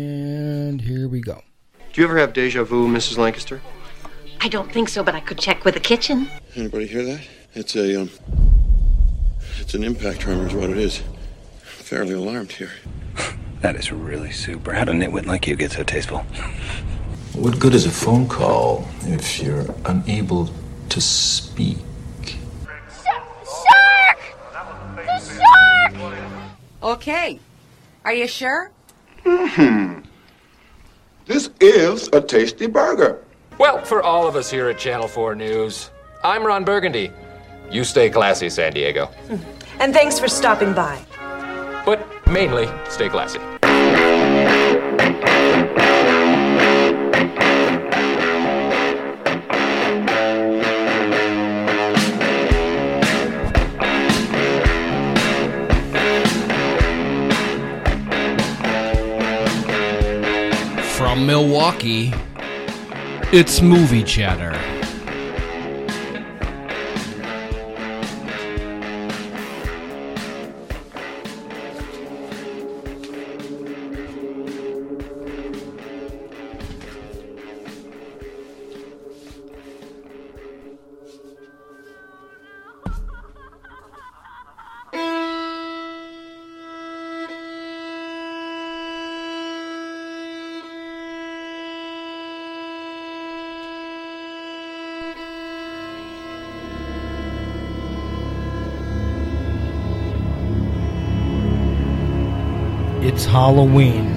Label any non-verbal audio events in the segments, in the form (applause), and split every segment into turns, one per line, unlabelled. And here we go.
Do you ever have deja vu, Mrs. Lancaster?
I don't think so, but I could check with the kitchen.
Anybody hear that? It's a um, it's an impact tremor, is what it is. I'm fairly alarmed here.
That is really super. How did a nitwit like you get so tasteful?
What good is a phone call if you're unable to speak?
Shark! The shark!
Okay. Are you sure?
This is a tasty burger.
Well, for all of us here at Channel 4 News, I'm Ron Burgundy. You stay classy, San Diego.
And thanks for stopping by.
But mainly, stay classy.
From Milwaukee, it's movie chatter. It's Halloween.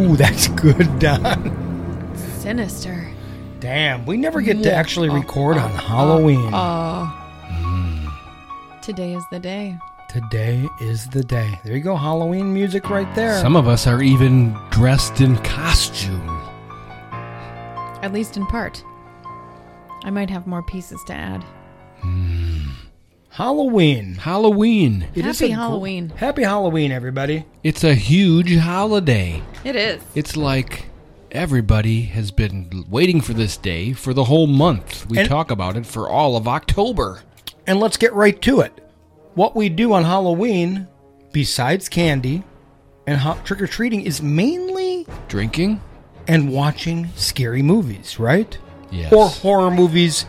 Ooh, that's good, (laughs) Don.
Sinister.
Damn, we never get to actually record on Halloween.
Oh. Mm-hmm. Today is the day.
Today is the day. There you go, Halloween music right there. Some of us are even dressed in costume.
At least in part. I might have more pieces to add.
Halloween. Halloween. It is
Happy
a gr-
Halloween.
Happy Halloween, everybody. It's a huge holiday.
It is.
It's like everybody has been waiting for this day for the whole month. We
And-
talk about it for all of October.
And let's get right to it. What we do on Halloween, besides candy and hot trick or treating, is mainly
Drinking?
and watching scary movies, right?
Yes.
Or horror movies.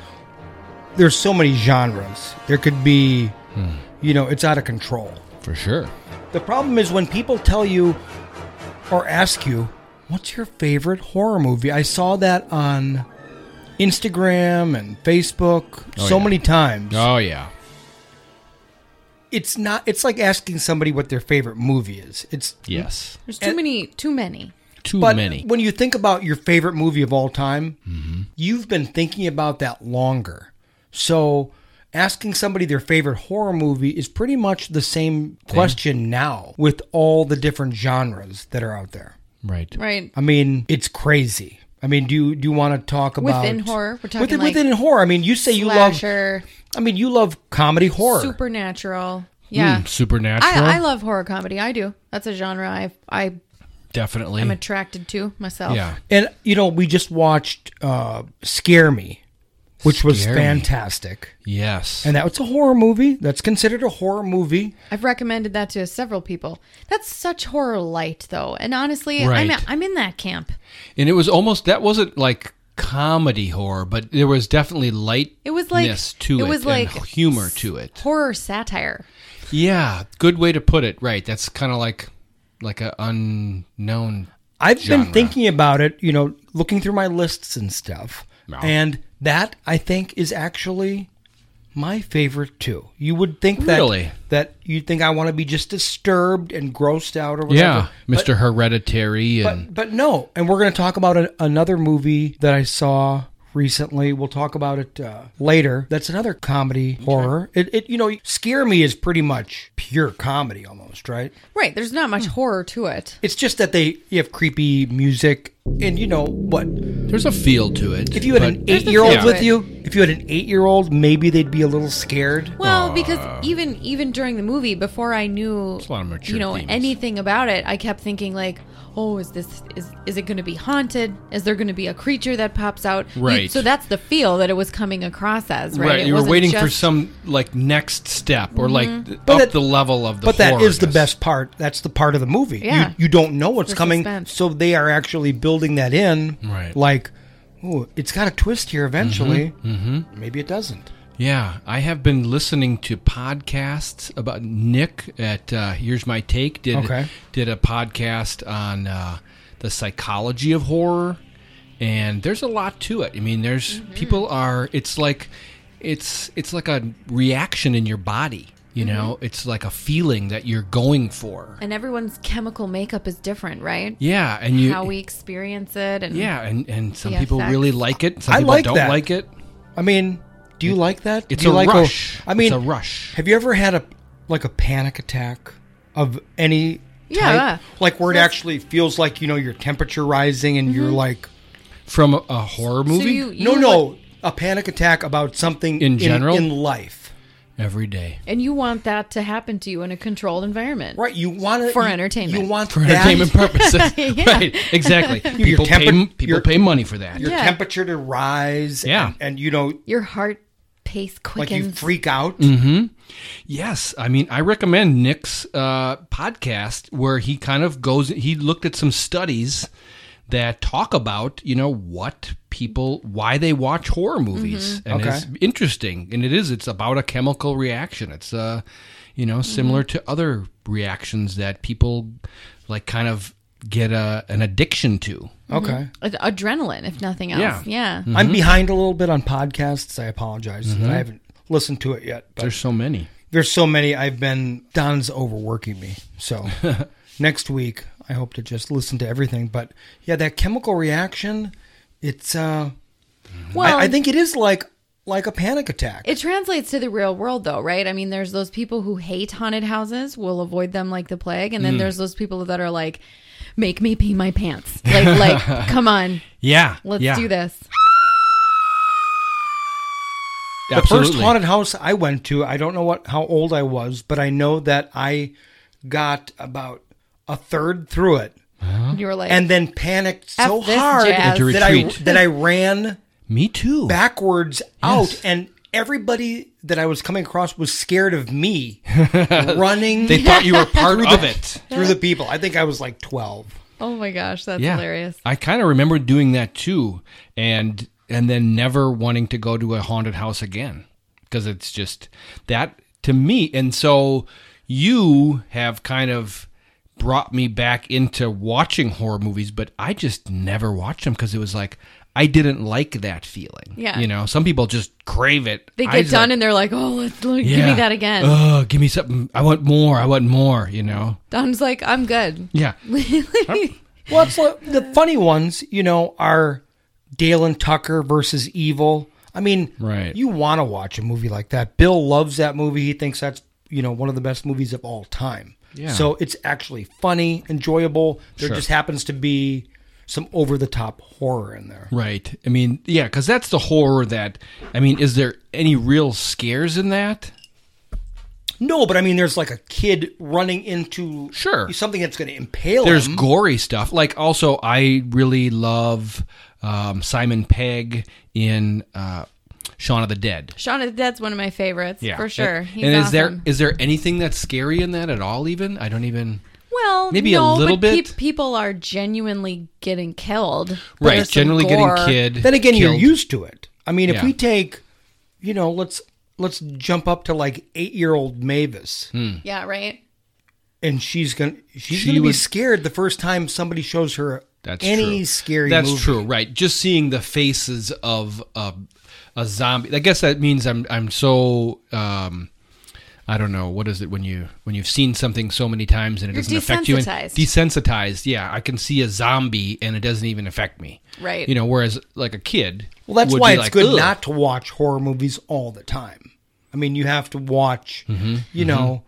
There's so many genres. There could be,
Hmm.
you know, it's out of control.
For sure.
The problem is when people tell you or ask you, what's your favorite horror movie? I saw that on Instagram and Facebook
Oh,
so
yeah.
many times.
Oh, yeah.
It's not it's like asking somebody what their favorite movie is. It's
Yes.
There's too many. Too many.
Too
but
many. Mm-hmm.
when you think about your favorite movie of all time, you've been thinking about that longer. So asking somebody their favorite horror movie is pretty much the same question now with all the different genres that are out there.
right.
Right.
I mean, it's crazy. I mean, do you do you want to talk about
Within horror, we're talking
within,
like
within horror? I mean, you say you love.
Slasher.
I mean, you love comedy horror. Hmm,
Supernatural. Yeah.
Mm, supernatural.
I, I love horror comedy. I do. That's a genre I I
Definitely.
am attracted to myself.
yeah.
And you know, we just watched uh, Scare Me, which was
Scare Me.
fantastic.
Yes.
And that was a horror movie. That's considered a horror movie.
I've recommended that to several people. That's such horror light, though, and honestly, I'm
Right.
I'm in that camp.
and it was almost, that wasn't like comedy horror, but there was definitely lightness
It was like
to it,
it was
and
like
humor to it.
horror satire.
Yeah. Good way to put it. Right. That's kind of like like a unknown.
I've been
Genre.
thinking about it, you know, looking through my lists and stuff.
No.
And that I think is actually my favorite too. You would think that
Really?
that you think I want to be just disturbed and grossed out or whatever.
Yeah. Mr. Hereditary and
But but no, and we're going to talk about a, another movie that I saw recently. We'll talk about it uh, later. That's another comedy horror. It, it you know, Scare Me is pretty much pure comedy almost, right?
Hmm.
Right. There's not much horror to it.
It's just that they you have creepy music And you know what?
There's a feel to it.
If you had
but-
an eight year old
feel
with
to it.
you, if you had an eight year old, maybe they'd be a little scared.
Well, because even even during the movie, before I knew
Ah. a lot of mature
you know
themes.
anything about it, I kept thinking like, oh, is this is is it going to be haunted? Is there going to be a creature that pops out? You-
Right.
so that's the feel that it was coming across as, right? It
you were
wasn't
waiting for
just-
some like next step or like
Mhm.
th-
Mm-hmm. But
up
that-
the level of the.
but that is the
horror.
best part. That's the part of the movie.
Yeah.
You, you don't know what's
the
coming,
suspense.
so they are actually building that in.
Right.
Like, oh, it's got a twist here eventually.
Mhm.
Maybe it doesn't.
Yeah, I have been listening to podcasts about Nick at uh, Here's My Take did
Okay.
did a podcast on uh, the psychology of horror, and there's a lot to it. I mean, there's
Mm-hmm.
people are it's like it's it's like a reaction in your body. You
Mm-hmm.
know, it's like a feeling that you're going for.
and everyone's chemical makeup is different, right?
Yeah, and you
How we experience it, and
yeah, and and some
the
people
effects.
really like it. Some
I
people
like
don't
that.
like it.
I mean, do you like that?
It's
do you
a
like oh,
rush.
I mean,
It's a rush.
Have you ever had a like a panic attack of any?
Yeah.
type? Like where it
That's-
actually feels like you know your temperature rising and
Mm-hmm.
you're like,
From a, a horror movie,
you-
no, no, a panic attack about something
In general?
in life.
every day.
and you want that to happen to you in a controlled environment,
Right, you want to
For entertainment.
You want
for
that-
(laughs)
entertainment purposes. (laughs) Right, exactly.
Your
People, pay,
temper-
people
your-
pay money for that.
your
Yeah.
temperature to rise.
Yeah.
and, and, you know,
Your heart pace
like you
quickens.
freak out.
Mm-hmm. Yes, I mean, I recommend Nick's uh, podcast where he kind of goes. He looked at some studies that talk about you know what people why they watch horror movies, and
Mm-hmm. Okay.
it's interesting. And it is. It's about a chemical reaction. It's uh, you know,
Mm-hmm.
similar to other reactions that people like kind of get a an addiction to.
Okay,
Ad- adrenaline, if nothing
Yeah.
else. Yeah.
I'm behind a little bit on podcasts. I apologize.
Mm-hmm.
that I haven't listened to it yet. But
There's so many.
there's so many I've been Don's overworking me.
(laughs)
So next week I hope to just listen to everything. But yeah, that chemical reaction, it's uh
Well,
I, I think it is like like a panic attack.
It translates to the real world, though, right? I mean, there's those people who hate haunted houses, will avoid them like the plague, and then there's those people that are like, "Make me pee my pants!" Like, like, come on,
Yeah,
let's do this.
the first haunted house I went to, I don't know what how old I was, but I know that I got about a third through it
And you were like,
and then panicked so
F this
hard
jazz. Had
that
to
I
retreat.
that I ran
Me too.
backwards
Yes.
out and everybody that I was coming across was scared of
(laughs)
me running
They thought
(laughs)
you were part of it.
through the people. I think I was like 12.
"Oh my gosh, that's
Yeah.
hilarious."
I kind of remember doing that too, and and then never wanting to go to a haunted house again because it's just that to me. And so you have kind of brought me back into watching horror movies, but I just never watched them because it was like I didn't like that feeling.
Yeah.
you know, some people just crave it.
They
I
get
just
done
like,
and they're like, "Oh, let's look, give
yeah.
me that again."
Oh, give me something. I want more. I want more. You know.
Don's like, "I'm good." (laughs)
Yeah.
Well, it's like, the funny ones, you know, are Dale and Tucker versus Evil. I mean,
Right.
you want to watch a movie like that. Bill loves that movie. He thinks that's, you know, one of the best movies of all time.
Yeah.
So it's actually funny, enjoyable. There
Sure.
just happens to be some over the top horror in there. (laughs)
Right. I mean, yeah, because that's the horror that. I mean, is there any real scares in that?
No, but I mean, there's like a kid running into
Sure.
something that's going to impale
There's
Um,
him.
gory stuff. Like, also, I really love um, Simon Pegg in uh, Shaun of the Dead.
Shaun of the Dead's one of my favorites for sure.
And,
He's
and is there
awesome.
is there anything that's scary in that at all? Even I don't even.
well,
maybe a
no,
little
but pe-
bit?
people are genuinely getting killed. But
Right.
there's some
Generally
gore.
getting kid.
Then again, you're
killed.
used to it. I mean, if
Yeah.
we take, you know, let's let's jump up to like eight year old Mavis,
Yeah, right.
and she's gonna she's
She
gonna be
was-
scared the first time somebody shows her
That's
any
true.
scary.
That's
movie.
true, right? Just seeing the faces of a, a zombie. I guess that means I'm I'm so um, I don't know what is it when you when you've seen something so many times and it
You're
doesn't affect you. And
desensitized.
desensitized. Yeah, I can see a zombie and it doesn't even affect me.
Right.
You know, whereas like a kid.
Well, that's
would
why
be
it's
like,
good
"Ugh."
not to watch horror movies all the time. I mean, you have to watch,
Mm-hmm.
you know,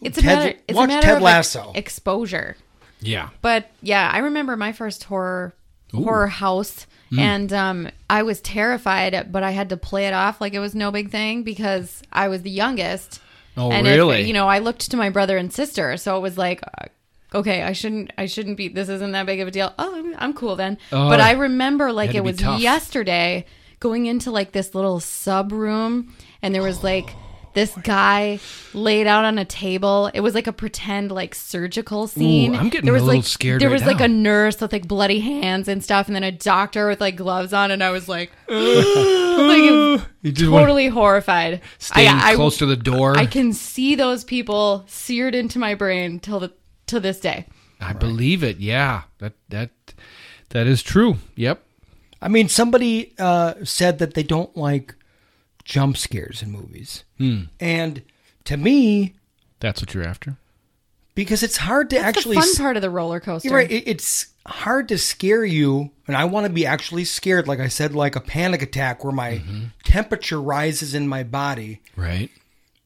It's a
Ted-
matter. It's
watch
a matter
Ted
of
Lasso.
Like, exposure.
Yeah.
But yeah, I remember my first horror
Ooh.
horror house,
Mm.
Hmm.
and um, I was terrified, but I had to play it off like it was no big thing because I was the youngest.
Oh,
if-
really?
you know, I looked to my brother and sister, so it was like. uh, Okay, I shouldn't. I shouldn't be. This isn't that big of a deal. Oh, I'm, I'm cool then.
Oh,
but I remember
had
like
to
it
be
was
tough.
yesterday, going into like this little sub room, and there
(gasps)
was like this guy laid out on a table. It was like a pretend like surgical scene.
Ooh, I'm getting
there
a
was
little
like,
scared
There
right
was like
now.
a nurse with like bloody hands and stuff, and then a doctor with like gloves on, and I
(laughs)
was like, like
You just wanna-
totally horrified.
Staying
I, I-
close to the door.
I can see those people seared into my brain till the till this day.
I believe it. Yeah, that that that is true. Yep.
I mean, somebody uh, said that they don't like jump scares in movies,
Hmm.
and to me,
that's what you're after.
Because it's hard to
That's
actually
the fun
s-
part of the roller coaster.
You're right. It, it's hard to scare you, and I want to be actually scared. Like I said, like a panic attack where my temperature rises in my body.
Right.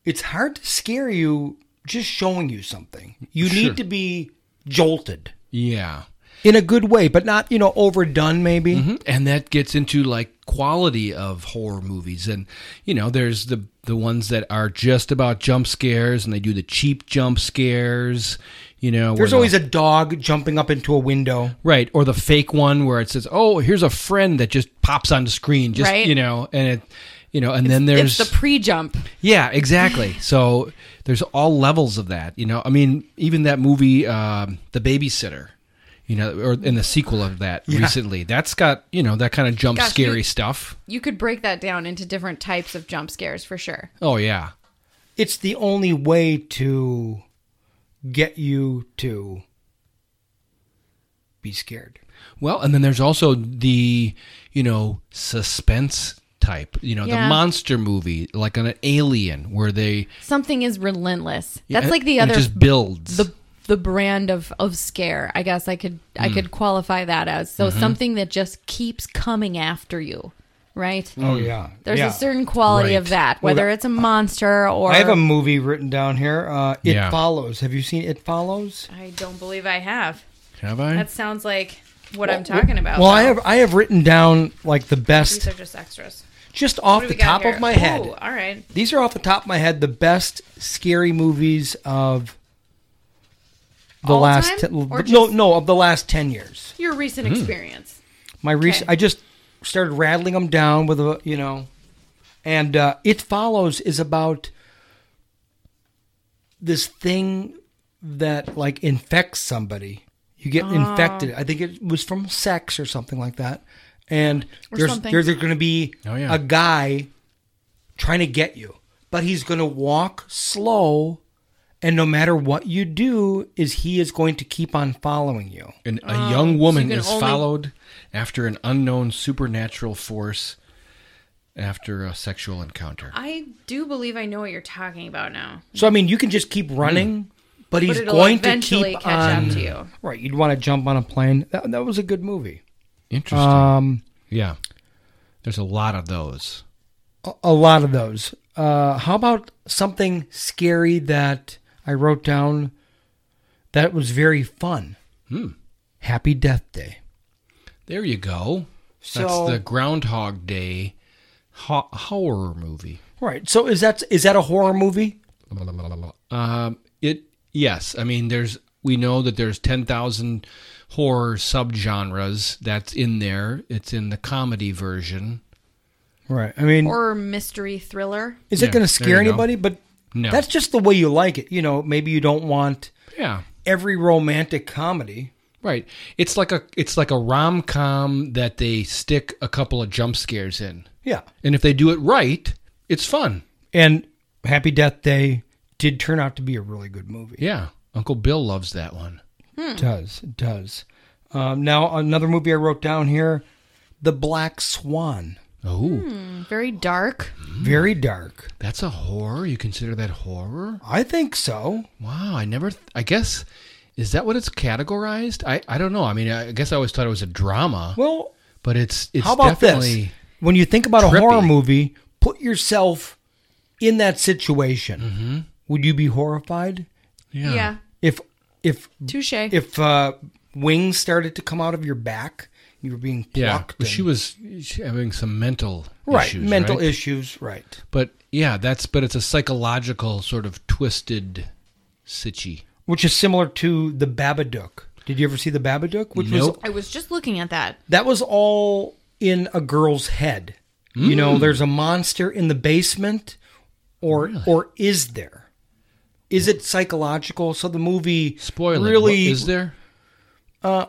It's hard to scare you just showing you something. You
Sure.
need to be jolted
Yeah.
in a good way, but not you know overdone maybe.
Mm-hmm. And that gets into like quality of horror movies and you know there's the the ones that are just about jump scares and they do the cheap jump scares, you know. where
There's
the-
always a dog jumping up into a window.
Right, or the fake one where it says, "Oh, here's a friend that just pops on the screen," just
Right.
you know, and it, you know, and then there's
it's the pre-jump.
yeah,
(laughs)
exactly. so there's all levels of that, you know. I mean, even that movie, um, The Babysitter, you know, or in the sequel of that
Yeah.
recently, that's got you know that kind of jump
Gosh,
scary
you-
stuff.
You could break that down into different types of jump scares for sure.
Oh yeah,
It's the only way to get you to be scared.
Well, and then there's also the, you know, suspense type, you know,
Yeah.
the monster movie, like an alien where they
Something is relentless.
Yeah,
That's like the
it
other
just builds.
the the brand of of scare. I guess I could I
Hmm.
Mm.
could qualify that as so
Mm-hmm.
Mhm.
something that just keeps coming after you, right?
Oh, yeah.
There's
Yeah.
a certain quality of
Right.
that,
Well,
whether
that-
it's a monster or
I have a movie written down here. Uh, it
Yeah.
follows. Have you seen It Follows?
I don't believe I have.
Have
That sounds like what I'm talking about.
Well, I
though.
have I have written down like the
Uh, These
best
are just extras.
just
What
off
do
the
we got
top
here?
of my head.
Ooh, all right.
These are off the top of my head the best scary movies of the
All
last
time?
ten,
Or
no
just-
no of the last 10 years.
Your recent
Mm.
experience.
My recent, I just started rattling them down with a, you know, and uh, it follows is about this thing that like infects somebody. You get
Ah.
infected. I think it was from sex or something like that. And
Or
there's
something.
there's going to be
Oh, yeah.
a guy trying to get you, but he's going to walk slow. And no matter what you do, is he is going to keep on following you.
and a
um,
young woman
can
is
only-
followed after an unknown supernatural force after a sexual encounter.
I do believe I know what you're talking about now.
So I mean, you can just keep
Hmm.
running, but
But
he's
it'll
going to
eventually
keep
catch up
on.
to you.
Right, you'd want to jump on a plane. That, that was a good movie.
Interesting.
Um,
yeah. Uh, There's a lot of those.
a, a lot of those. Uh, how about something scary that I wrote down that was very fun?
Hmm.
Happy Death Day.
There you go.
So-
That's the Groundhog Day ho- horror movie.
Right. So is that is that a horror movie?
Um, it yes, I mean there's we know that there's ten thousand horror subgenres that's in there. It's in the comedy version.
Right. I mean,
Horror mystery thriller.
is
Yeah,
it going
there
to scare
you go.
anybody? But
No.
that's just the way you like it. You know, maybe you don't want
Yeah.
every romantic comedy.
Right. It's like a it's like a rom com that they stick a couple of jump scares in.
Yeah.
And if they do it right, it's fun.
And Happy Death Day did turn out to be a really good movie.
Yeah. Uncle Bill loves that one.
It does. It does. Um, now, another movie I wrote down here The Black Swan.
Oh.
Hmm, very dark.
Hmm.
Very dark.
That's a horror. You consider that horror?
I think so.
Wow. I never. Th- I guess is that what it's categorized? I I don't know. I mean, I guess I always thought it was a drama.
Well,
but it's it's
How about
definitely
this? When you think about
trippy.
a horror movie, put yourself
Mm-hmm.
in that situation. Would you be horrified?
Yeah.
If if
Touche.
if uh, wings started to come out of your back, you were being
Yeah,
plucked.
but she
and-
was she having some mental
right.
issues,
mental
right?
issues, right?
But yeah, that's but it's a psychological sort of twisted sitchy.
Which is similar to the Babadook. Did you ever see the Babadook? Which was
Nope.
I was just looking at that.
that was all in a girl's head. You know,
Mm.
there's a monster in the basement, or or is there? Is it psychological? So the movie
Spoiler.
really
What is there?
Uh,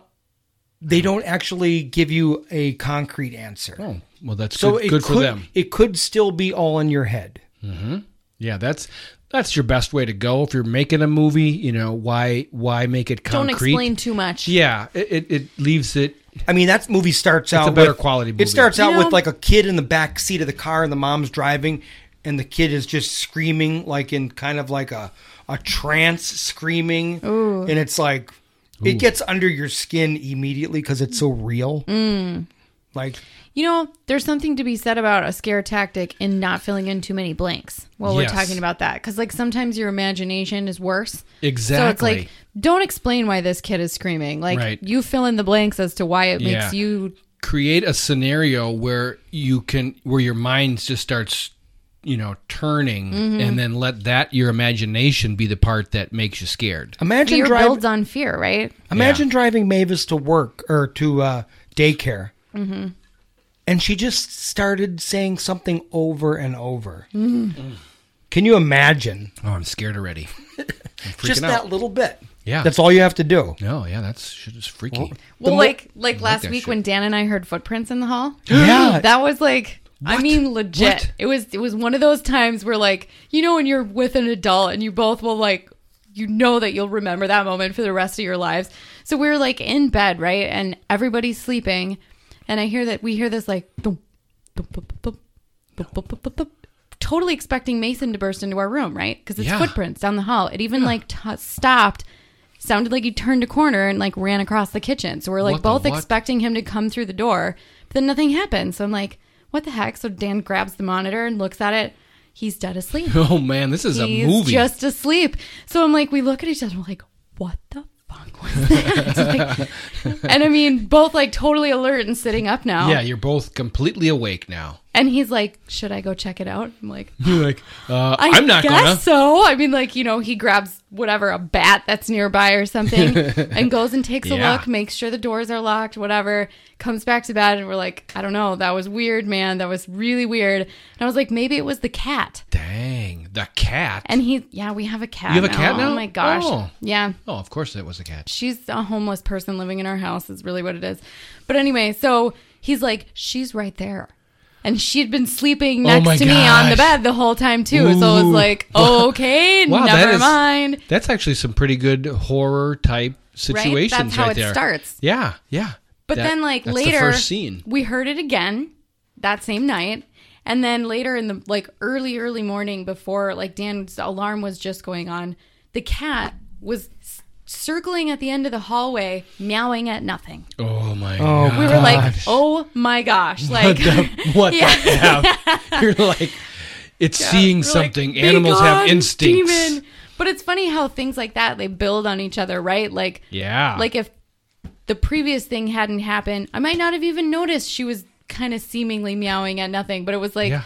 they don't actually give you a concrete answer.
Oh, well, that's
so
good,
it
good
could
for them.
it could still be all in your head.
hmm Yeah, that's that's your best way to go if you're making a movie. You know why why make it
Don't
concrete?
explain too much.
Yeah, it, it, it leaves it.
I mean, that movie starts
It's
out
a better
with-
quality movie.
It starts out
You know-
with like a kid in the back seat of the car, and the mom's driving, and the kid is just screaming, like in kind of like a a trance screaming,
Ooh.
and it's like it gets under your skin immediately because it's so real.
Mm.
Like
You know, there's something to be said about a scare tactic in not filling in too many blanks while
Yes.
we're talking about that. Because, like, sometimes your imagination is worse. So it's
Exactly.
like, don't explain why this kid is screaming. Like,
Right.
you fill in the blanks as to why it
Yeah.
makes you.
create a scenario where you can where your mind just starts you know turning
Mhm.
and then let that your imagination be the part that makes you scared
imagine
fear
driving,
builds on fear, right?
imagine driving Mavis to work or to uh, daycare,
Mm-hmm.
and she just started saying something over and over.
Mm-hmm.
Can you imagine?
oh i'm scared already I'm freaking
Just
out.
that little bit.
yeah
That's all you have to do.
no yeah that's shit is freaky
Well,
The mo-
like like last
that
week
shit.
when Dan and I heard footprints in the hall.
Yeah.
that was like I
What?
mean legit.
What?
It was it was one of those times where like you know when you're with an adult and you both will like you know that you'll remember that moment for the rest of your lives. So we were like in bed, right? And everybody's sleeping and I hear that we hear this like thump, thump, thump, thump, thump, thump, thump, thump, thump. totally expecting Mason to burst into our room, right? Cuz it's
Yeah.
footprints down the hall. It even like t- stopped sounded like he turned a corner and like ran across the kitchen. So we're like
What the
both
what?
expecting him to come through the door, but then nothing happened. So I'm like, what the heck? So Dan grabs the monitor and looks at it. He's dead asleep.
(laughs) oh man this is
He's
a movie
just asleep. So I'm like, we look at each other. We're like, what the fuck was that? (laughs) Like, and I mean, both like totally alert and sitting up now.
yeah you're both completely awake now (laughs)
And he's like, should I go check it out? I'm like,
you're like uh,
I
i'm not
guess
gonna
so. I mean, like you know, he grabs whatever a bat that's nearby or
(laughs)
something, and goes and takes
Yeah.
a look, makes sure the doors are locked, whatever. Comes back to bed, and we're like, I don't know, that was weird, man. That was really weird. And I was like, maybe it was the cat.
dang the cat
And he, yeah, we have a cat.
You have a cat now?
Oh my gosh.
Oh.
Yeah.
oh of course it was a cat
She's a homeless person living in our house, is really what it is. But anyway, so he's like, she's right there. And she had been sleeping
Oh
next
my
to me on the
gosh.
bed the whole time, too. So it was
Ooh.
like,
(laughs) Wow.
okay,
Wow, that
never
is-
mind.
That's actually some pretty good horror type situations right,
That's how it
there.
starts.
Yeah, yeah.
But
That-
then, like,
that's
later,
the first scene.
we heard it again that same night. And then later in the, like, early, early morning before, like, Dan's alarm was just going on, the cat was s- circling at the end of the hallway, meowing at nothing.
Oh my
Oh,
god.
we were like,
Gosh.
"Oh my gosh!" Like, (laughs)
what (laughs) the
Yeah.
F? You're like, it's seeing
We're like,
something.
"Be
Animals have
gone,
instincts.
demon. But it's funny how things like that they build on each other, right? Like,
Yeah.
like if the previous thing hadn't happened, I might not have even noticed she was kind of seemingly meowing at nothing. But it was like,
Yeah.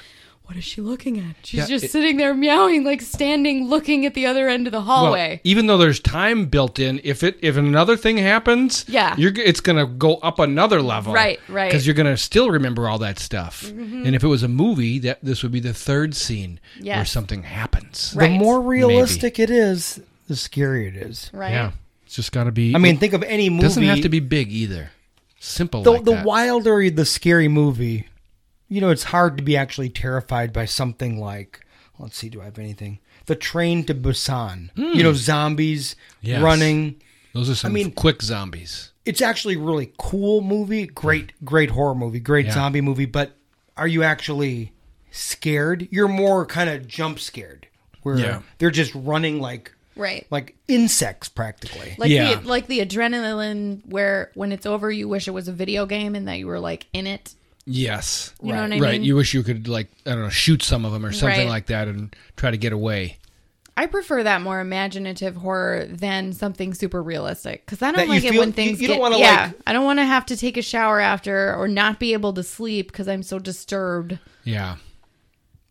what is she looking at? She's
Yeah,
just
it-
sitting there meowing, like standing, looking at the other end of the
Well, e
hallway.
even though there's time built in, if it if another thing happens,
Yeah.
you're g- it's gonna go up another level,
Right, right. Mm-hmm.
Because you're gonna still remember all that stuff. And if it was a movie, that this would be the third scene where
Yes.
something happens.
Right.
The more
Maybe.
realistic it is, the scarier it is.
right?
Yeah, it's just gotta be.
I mean, think of any movie.
Doesn't have to be big either. Simple.
the
like
the
that.
wilder the scary movie. You know, it's hard to be actually terrified by something like. Let's see, do I have anything? The Train to Busan. You know, zombies
Hmm. Yes.
running.
Those are some
I mean-
quick zombies.
It's actually a really cool movie. Great, great horror movie. Great
Yeah.
zombie movie. But are you actually scared? You're more kind of jump scared, where
Yeah.
they're just running like
Right.
like insects practically.
Like
Yeah.
the like the adrenaline where when it's over you wish it was a video game and that you were like in it.
Yes.
You know what I
right.
mean?
You wish you could like I don't know shoot some of them or something
Right.
like that and try to get away.
I prefer that more imaginative horror than something super realistic because I don't like it when things get.
wanna,
yeah,
like-
I don't want to have to take a shower after or not be able to sleep because I'm so disturbed.
Yeah.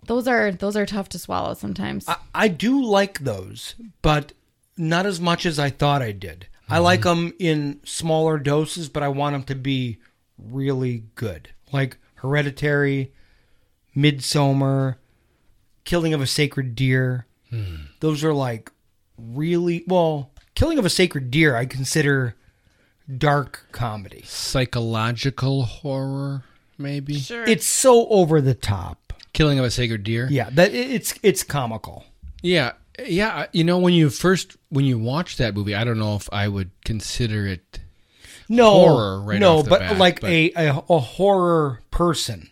Those are those are tough to swallow sometimes.
I do like those, but not as much as I thought I did. I like them in smaller doses, but I want them to be really good. Like Hereditary, Midsummer, Killing of a Sacred Deer. Those are like really well, Killing of a Sacred Deer I consider dark comedy.
Psychological horror, maybe.
Sure.
It's so over the top.
Killing of a sacred deer.
Yeah, that it- it's it's comical.
Yeah, yeah. You know, when you first when you watch that movie, I don't know if I would consider it.
no
horror right
no
off the
but
bat,
like
but-
A, a a horror person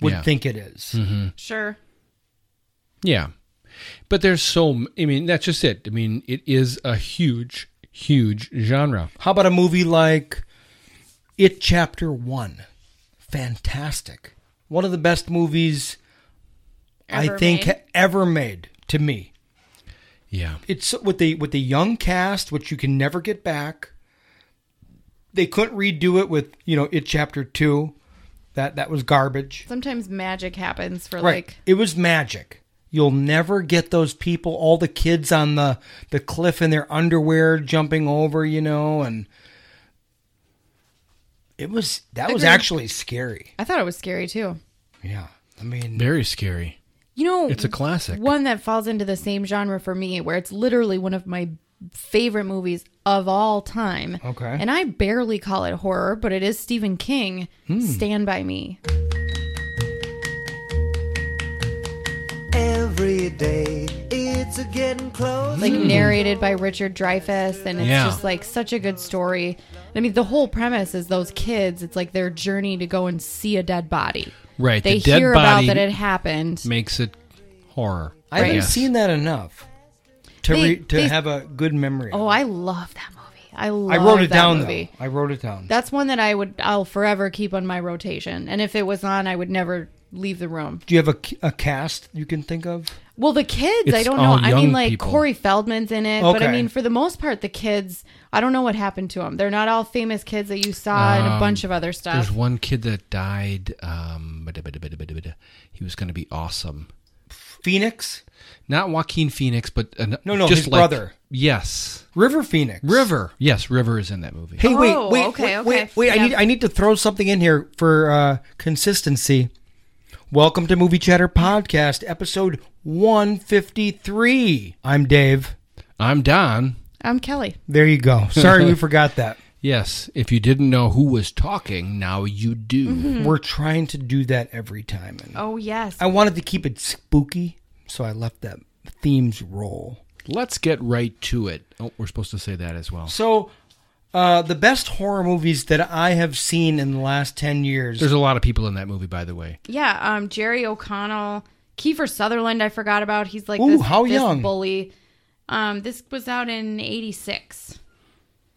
would
Yeah. Mm-hmm.
think it is.
sure.
Yeah, but there's so. m- I mean, that's just it. I mean, it is a huge, huge genre.
how about a movie like it chapter one fantastic one of the best movies i
Ever
think
made?
ever made to me
Yeah,
it's with the with the young cast which you can never get back they couldn't redo it with you know it chapter two that that was garbage
Sometimes magic happens for like
it was magic. You'll never get those people, all the kids on the the cliff in their underwear jumping over, you know, and it was that was
Agreed.
actually scary.
I thought it was scary too.
Yeah, I mean,
very scary.
You know,
It's a classic.
One that falls into the same genre for me, where it's literally one of my favorite movies of all time.
Okay.
And I barely call it horror, but it is Stephen King,
Hmm.
Stand By Me.
Every day it's a getting close.
Like
Hmm.
narrated by Richard Dreyfuss, and it's
Yeah.
just like such a good story. I mean, the whole premise is those kids. It's like their journey to go and see a dead body.
Right,
They
the dead
hear
body-
about that it happened.
Makes it horror.
I haven't
Yes.
seen that enough to
They-
re, to
they-
have a good memory.
Oh, I love that movie. I love.
I wrote it
that
down
movie.
though. I wrote it down.
That's one that I would I'll forever keep on my rotation. And if it was on, I would never leave the room.
Do you have a, a cast you can think of?
Well, the kids, I
It's
don't
all
know. I
young
mean, like
people.
Corey Feldman's in it, but I
Okay.
mean, for the most part, the kids, I don't know what happened to them. They're not all famous kids that you saw and a
Um,
bunch of other
There's
stuff.
one kid that died. Um, bada, bada, bada, bada, bada. he was going to be awesome.
Phoenix?
Not Joaquin Phoenix, but an,
No, no,
just
his
like-
brother.
Yes,
River Phoenix.
River. Yes, River is in that movie.
Hey, wait,
Oh,
wait,
okay,
wait, wait,
okay.
wait, I
Yeah.
need I need to throw something in here for uh, consistency. Welcome to Movie Chatter Podcast, episode one fifty three. I'm Dave.
I'm Don.
I'm Kelly.
There you go. Sorry, we forgot that.
Yes, if you didn't know who was talking, now you do.
Hmm.
We're trying to do that every time, and
Oh, yes.
I wanted to keep it spooky, so I left that themes roll.
Let's get right to it. Oh, we're supposed to say that as well.
So, uh, the best horror movies that I have seen in the last ten years.
There's a lot of people in that movie, by the way.
Yeah, um, Jerry O'Connell, Kiefer Sutherland, I forgot about. He's like
Ooh,
this,
how
this
young.
bully. Um, this was out in 86.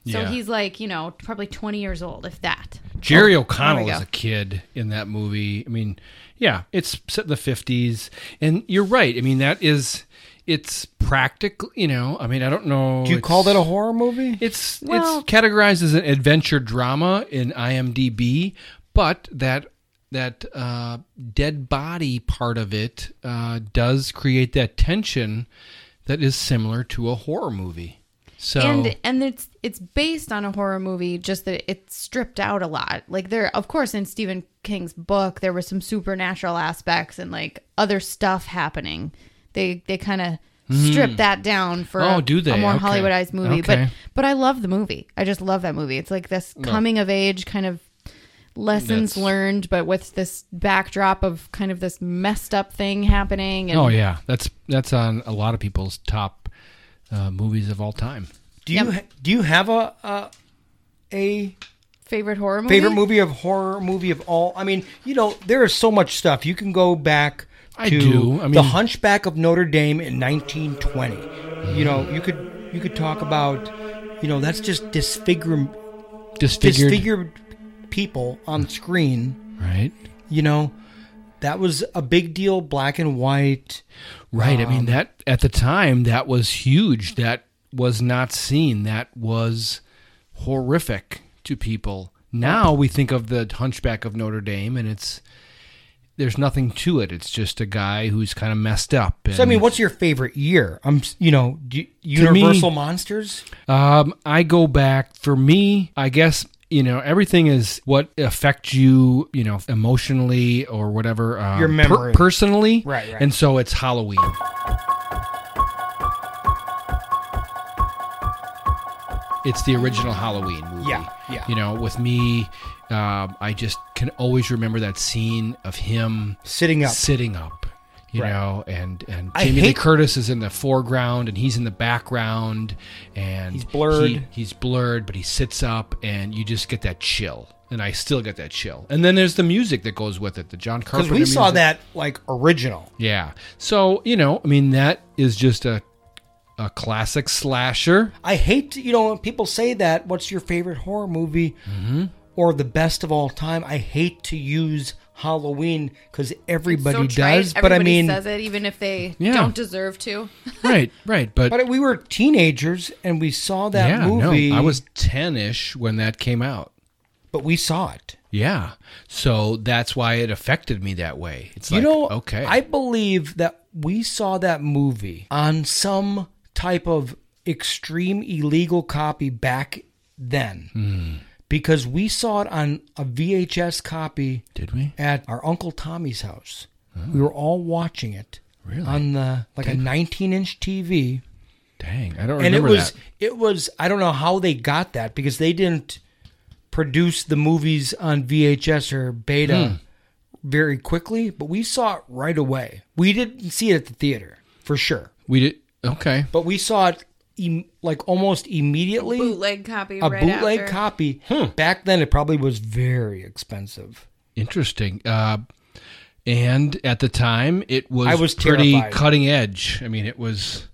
So
Yeah.
he's like, you know, probably 20 years old, if that.
Jerry
Oh,
O'Connell
there we
is
go.
a kid in that movie. I mean, yeah, it's set in the 50s. And you're right. I mean, that is, it's practical, you know. I mean, I don't know.
do you
it's-
call that a horror movie?
It's
Well-
it's categorized as an adventure drama in IMDb, but that that uh, dead body part of it uh, does create that tension that is similar to a horror movie. So
and and it's it's based on a horror movie just that it's stripped out a lot like there of course in stephen king's book there were some supernatural aspects and like other stuff happening they they kind of strip
Hmm.
that down for
Oh,
a,
do
a
they?
more
Okay.
hollywoodized movie but
Okay.
but i love the movie i just love that movie it's like this
No.
coming of age kind of lessons
That's-
learned but with this backdrop of kind of this messed up thing happening and
oh yeah, that's that's on a lot of people's top uh, movies of all time.
Do you ha- do you have a a, a
favorite horror movie
favorite movie of horror movie of all? I mean, you know, there is so much stuff. You can go back to
I do. I mean-
The Hunchback of Notre Dame in 1920. You know, you could you could talk about, you know, that's just disfigure
Disfigured,
disfigured people on screen.
right?
You know, that was a big deal, black and white.
Right. I
Um,
mean that at the time that was huge. That was not seen. That was horrific to people. Now we think of the Hunchback of Notre Dame, and it's there's nothing to it. It's just a guy who's kind of messed up. And
So I mean, what's your favorite year? I'm, you know, do,
To me-
Universal Monsters.
Um, I go back for me, I guess, you know, everything is what affects you, you know, emotionally or whatever. Um,
Your memory.
personally.
Right, right.
And so it's Halloween. It's the original Halloween movie.
Yeah, yeah.
You know, with me, um, I just can always remember that scene of him
Sitting up.
Sitting up. You know, and and
I
Jamie Lee
hate-
Curtis is in the foreground and he's in the background, and
He's blurred.
he- he's blurred, but he sits up, and you just get that chill. And I still get that chill. And then there's the music that goes with it, the John
Because
Carpenter.
we saw
music.
that like original.
Yeah. So you know, I mean, that is just a a classic slasher.
I hate to, you know when people say that. What's your favorite horror movie
Mm-hmm.
or the best of all time? I hate to use Halloween because everybody
It's so trite.
does. But I
Everybody
mean,
says it even if they
Yeah.
don't deserve to.
right, right. But
but we were teenagers and we saw that
yeah,
movie.
no, I was ten ish when that came out.
but we saw it.
Yeah. So that's why it affected me that way. It's
you
like,
know,
okay,
I believe that we saw that movie on some type of extreme illegal copy back then.
Hmm.
Because we saw it on a VHS copy.
Did we?
At our Uncle Tommy's house. We were all watching it.
Hmm. Really?
On the like a 19 inch TV.
dang, I don't remember
And it was
that.
it was I don't know how they got that because they didn't produce the movies on VHS or
Hmm.
beta very quickly, but we saw it right away. We didn't see it at the theater for sure,
We did okay.
but we saw it em- like almost immediately.
Bootleg copy
a
right
bootleg
after.
copy.
Hmm.
Back then, it probably was very expensive.
Interesting. Uh, and at the time, it was
I was
pretty
terrified.
cutting edge. I mean, it was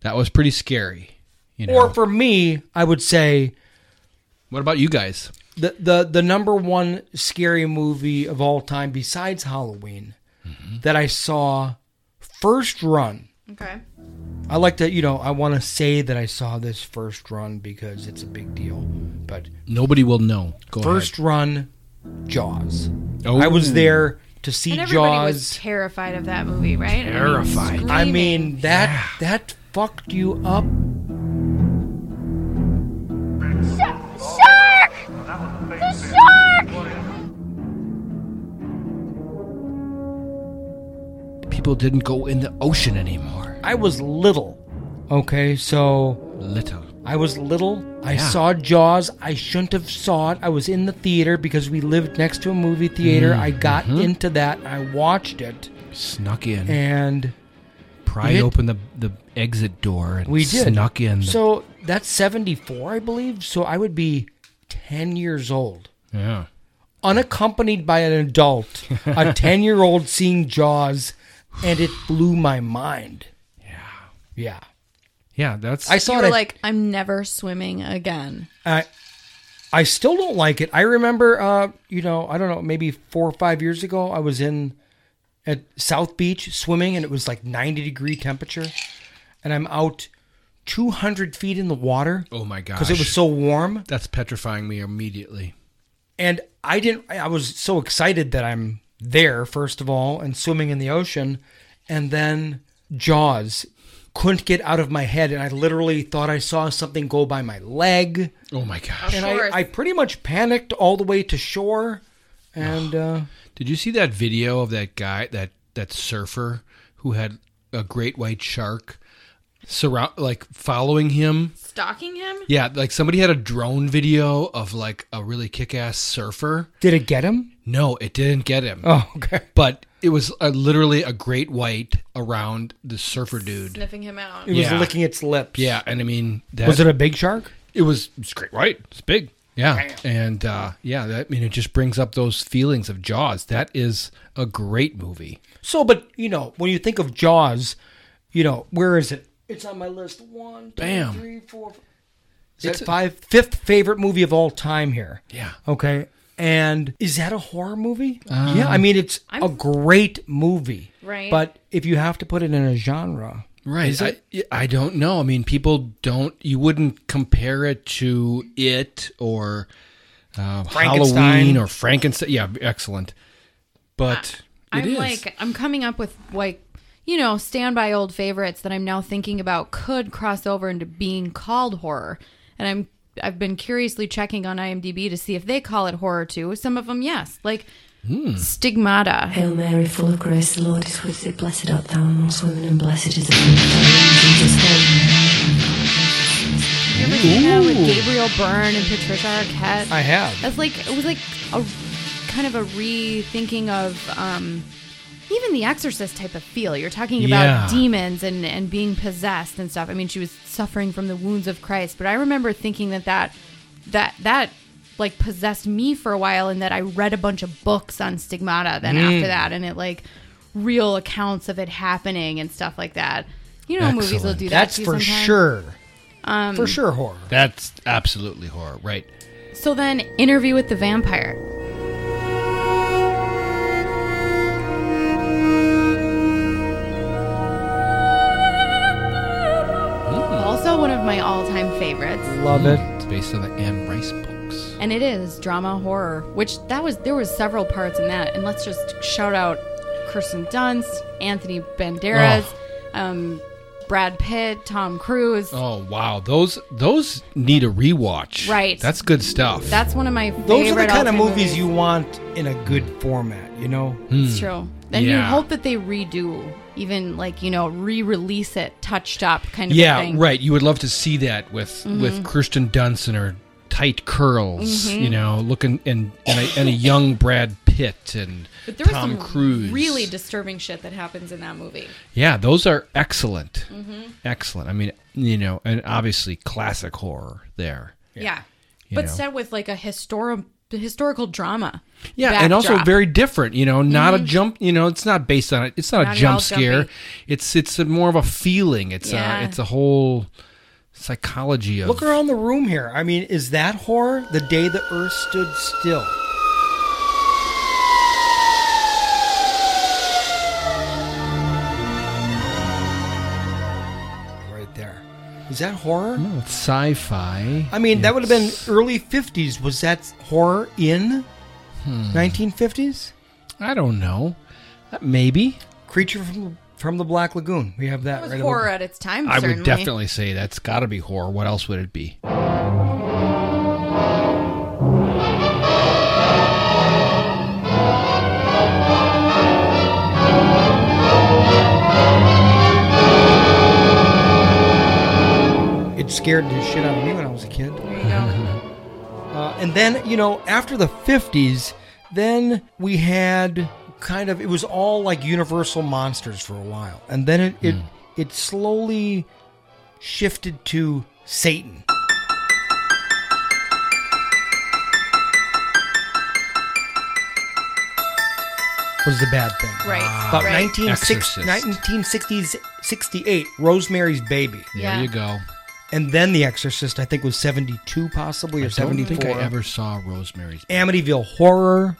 that was pretty scary. You know.
Or for me, I would say
what about you guys?
the the the number one scary movie of all time besides Halloween that I saw first run.
Okay.
I like to, you know, I want to say that I saw this first run because it's a big deal. But
Nobody will know. Go
first run, Jaws.
Oh.
I was there to see
And everybody was
Jaws.
terrified of that movie, right? I mean,
Terrified.
I
screaming.
mean that that fucked you up.
Shark! The shark!
ahead. People didn't go in the ocean anymore.
I was little. Okay, so
Little.
I was little. I
Yeah.
saw Jaws. I shouldn't have saw it. I was in the theater because we lived next to a movie theater. I got
Mm-hmm.
into that. I watched it
Snuck in.
and
pried
it-
open the the exit door and
We did.
snuck in. the-
So that's 74, I believe. So I would be 10 years old,
yeah.
unaccompanied by an adult,
(laughs)
a 10 year old seeing Jaws, and it blew my mind. Yeah. Yeah.
Yeah, that's
I
you
saw
were
it.
like, I'm never swimming again.
I, I still don't like it. I remember, uh, you know, I don't know, maybe four or five years ago, I was in at South Beach swimming and it was like 90 degree temperature. And I'm out 200 feet in the water
Oh my gosh.
because it was so warm.
that's petrifying me immediately.
and I didn't. I was so excited that I'm there first of all and swimming in the ocean, and then Jaws couldn't get out of my head, and I literally thought I saw something go by my leg,
Oh my gosh.
and
course.
I, I pretty much panicked all the way to shore, and uh,
Did you see that video of that guy, that that surfer who had a great white shark surround, like following him?
Stalking him?
Yeah, like somebody had a drone video of like a really kick-ass surfer.
did it get him?
No, it didn't get him.
Oh, (laughs) okay.
But it was uh literally a great white around the surfer dude.
Sniffing him out.
It was
Yeah.
licking its lips.
Yeah, and I mean, that,
Was it a big shark?
It was it's great white. It's big. Yeah, and uh, yeah, that I mean, it just brings up those feelings of Jaws. That is a great movie.
So, but you know, when you think of Jaws, you know, where is it? It's on my list. One, two,
Bam.
three, four, five.
It's
It's five fifth favorite movie of all time here.
Yeah.
Okay. And is that a horror movie?
Uh,
yeah, I mean it's a great movie.
Right.
But if you have to put it in a genre,
Right.
is
I,
it?
I don't know. I mean, people don't, you wouldn't compare it to it or uh,
Frankenstein.
Halloween or Frankenstein. Yeah, excellent. But it
I'm
is.
like I'm coming up with like you know standby old favorites that I'm now thinking about could cross over into being called horror, and I'm I've been curiously checking on IMDb to see if they call it horror too. Some of them yes, like
Hmm.
Stigmata.
Hail Mary, full of grace, the Lord is with thee. Blessed art thou amongst women, and blessed is the fruit of thy womb, Jesus.
You ever seen that with Gabriel Byrne and Patricia Arquette?
I have.
That's like it was like a kind of a rethinking of um, even the Exorcist type of feel. You're talking about
Yeah.
demons and and being possessed and stuff. I mean, she was suffering from the wounds of Christ, but I remember thinking that that that that like possessed me for a while, and that I read a bunch of books on stigmata. Then
Mm.
after that, and it like real accounts of it happening and stuff like that. You know, movies will
Excellent.
do that.
that's
to you
for
sometimes.
sure.
Um,
for sure horror.
That's absolutely horror, right?
So then, Interview with the Vampire.
Hmm.
Also, one of my all time favorites.
Love it.
It's based on the Anne Rice books.
And it is drama horror, which that was, there was several parts in that. And let's just shout out Kirsten Dunst, Anthony Banderas, um, Brad Pitt, Tom Cruise.
Oh wow, those those need a rewatch.
Right.
That's good stuff.
That's one of my
Those
favorite
are the kind of
all-time
movies, you want in a good format, you know?
It's
Hmm.
true. And you hope that they redo, even like you know, re-release it, touched up kind of
yeah,
thing.
right. You would love to see that with with
Mhm.
Kirsten Dunst and her tight curls,
Mhm.
you know, looking and and a, and a young Brad Pitt and
But there was
Tom
some
Cruise.
really disturbing shit that happens in that movie.
Yeah, those are excellent.
Mhm.
Excellent. I mean, you know, and obviously classic horror there.
Yeah,
You
but
know.
set with like a historic historical drama.
Yeah, and also
backdrop.
very different. You know, not
Mhm.
a jump. You know, it's not based on it. It's not,
Not
a
at all
jump scare.
jumpy.
It's it's a more of a feeling. It's
Yeah.
a it's a whole psychology of
Look around the room here. I mean, is that horror? The day the earth stood still. Right there. Is that horror?
No, it's sci-fi.
I mean, that would have been early 50s. Was that horror in 1950s?
I don't know. Uh, Maybe.
Creature from from the Black Lagoon. We have that
It was
right above-
horror at its time.
I
Mm, certainly.
would definitely say that's got to be horror. What else would it be?
It scared the shit out of me when I was a kid. Uh, and then, you know, after the 50s, then we had kind of, it was all like universal monsters for a while. And then it, it,
Hmm.
it slowly shifted to Satan. Was the bad thing.
Right,
About
right.
1960,
Ah, Exorcist.
1960s, 68, Rosemary's Baby.
There Yeah. you go.
And then The Exorcist, I think, was 72 possibly or
I don't
74.
think I ever saw Rosemary's.
Amityville Horror.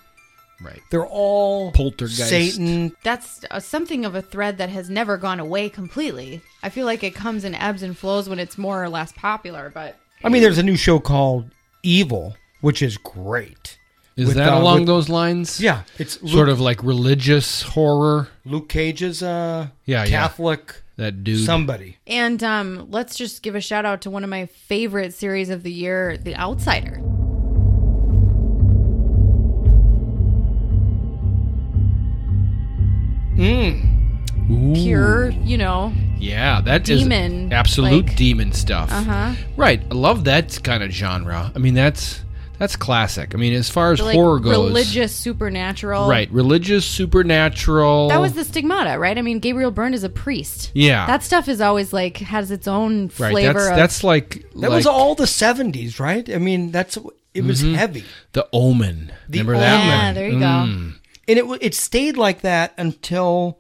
Right.
They're all
Poltergeist.
Satan.
That's uh, something of a thread that has never gone away completely. I feel like it comes in ebbs and flows when it's more or less popular, but
I mean, there's a new show called Evil, which is great.
Is
With,
that
uh,
along
with-
those lines?
Yeah, it's
sort
Luke-
of like religious horror.
Luke Cage's uh,
Yeah, yeah.
Catholic
That dude.
somebody.
And um, let's just give a shout out to one of my favorite series of the year, The Outsider.
Ooh.
Pure, you know.
Yeah, that is
Demon,
absolute
like-
demon stuff.
Uh huh.
Right. I love that kind of genre. I mean, that's that's classic. I mean, as far as
Like
horror goes,
religious supernatural.
right? Religious, supernatural.
That was the stigmata, right? I mean, Gabriel Byrne is a priest.
Yeah.
That stuff is always like has its own
right.
flavor.
that's
of,
that's like
That was
like
all the 70s, right? I mean, that's it was
Mhm.
heavy.
the Omen.
The
Remember that
Omen.
one?
Yeah,
there you go.
Mm.
And it wa- it stayed like that until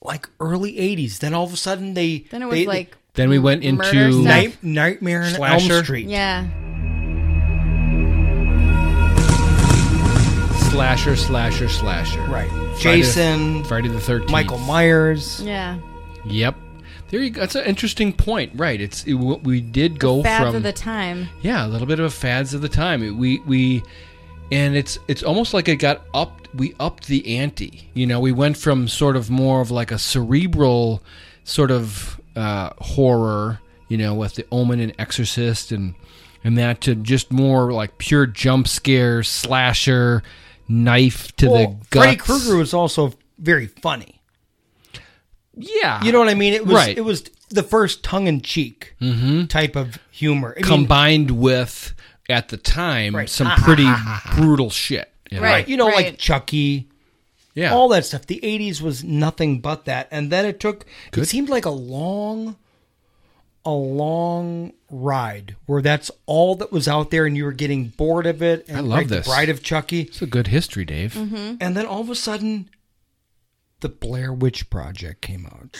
like early 80s. Then all of a sudden they
Then it was
they-
like
Then we went into
Murder stuff.
Night, Nightmare on Elm
Slasher?
Street.
yeah.
slasher, slasher, slasher.
Right.
Friday-
Jason,
Friday the Thirteenth,
Michael Myers.
Yeah.
Yep. There you go. That's an interesting point. Right. It's it, w- we did go
Fads
from
of the time.
yeah, a little bit of a fads of the time. It- we we and it's it's almost like it got upped. We upped the ante. You know, we went from sort of more of like a cerebral sort of uh, horror. You know, with the Omen and Exorcist and and that to just more like pure jump scare slasher knife to
Well,
the
Freddy
gut.
Krueger was also very funny.
Yeah.
You know what I mean? It was
Right. Mm-hmm.
it was the first tongue in cheek type of humor. I mean,
combined with at the time some
(laughs)
pretty brutal shit. you know?
right. You know, like Chucky.
Yeah.
All that stuff. The 80s was nothing but that. And then it took, it seemed like a long, a long ride where that's all that was out there and you were getting bored of it. And
I
like
love
the
this.
Bride of Chucky.
It's a good history, Dave.
And then all of a sudden, the Blair Witch Project came out.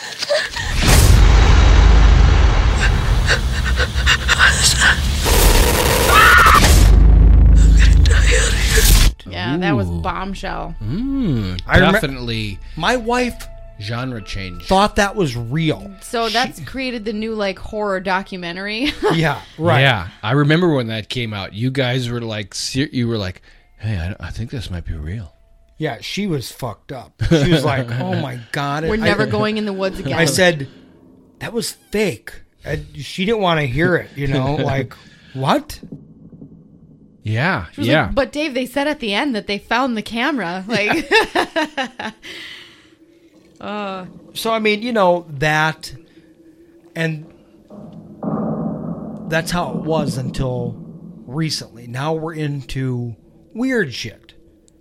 Yeah, that was
Ooh.
bombshell.
Mm,
I remem-
definitely
My wife
genre change.
thought that was real.
So that's created the new like
(laughs)
horror documentary.
Yeah, right.
Yeah, I remember when that came out. You guys were like, ser- you were like, hey, I, I think this might be real.
Yeah, she was fucked up. She was
(laughs)
like, "Oh my god,
We're
I- (laughs)
never going in the woods again.
I said, "That was fake." I, she didn't want to hear it. You
(laughs)
know, like what?
Yeah,
She was
yeah.
like, but Dave, they said at the end that they found the camera.
(laughs)
Like, uh,
So I mean, you know that, and that's how it was until recently. Now we're into weird shit.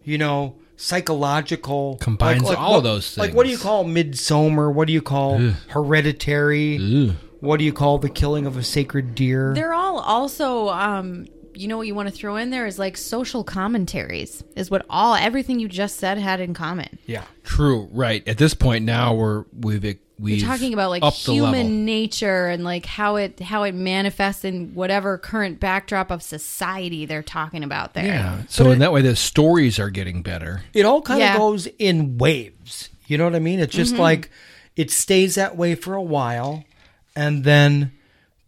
You know, psychological
Combines all
what-
those
Like, what do you
things.
call Midsummer? What do you call
Ugh.
Hereditary?
Ugh.
What do you call the killing of a sacred deer?
they're all also, um, you know, what you want to throw in there is like social commentaries is what all everything you just said had in common.
yeah,
true. Right at this point now, we're we've we've
You're talking about like
upped the level.
human nature and like how it how it manifests in whatever current backdrop of society they're talking about there.
Yeah. So in that way, the stories are getting better.
it all kind
Yeah.
of goes in waves. You know what I mean? It's just
Mhm.
like it stays that way for a while, and then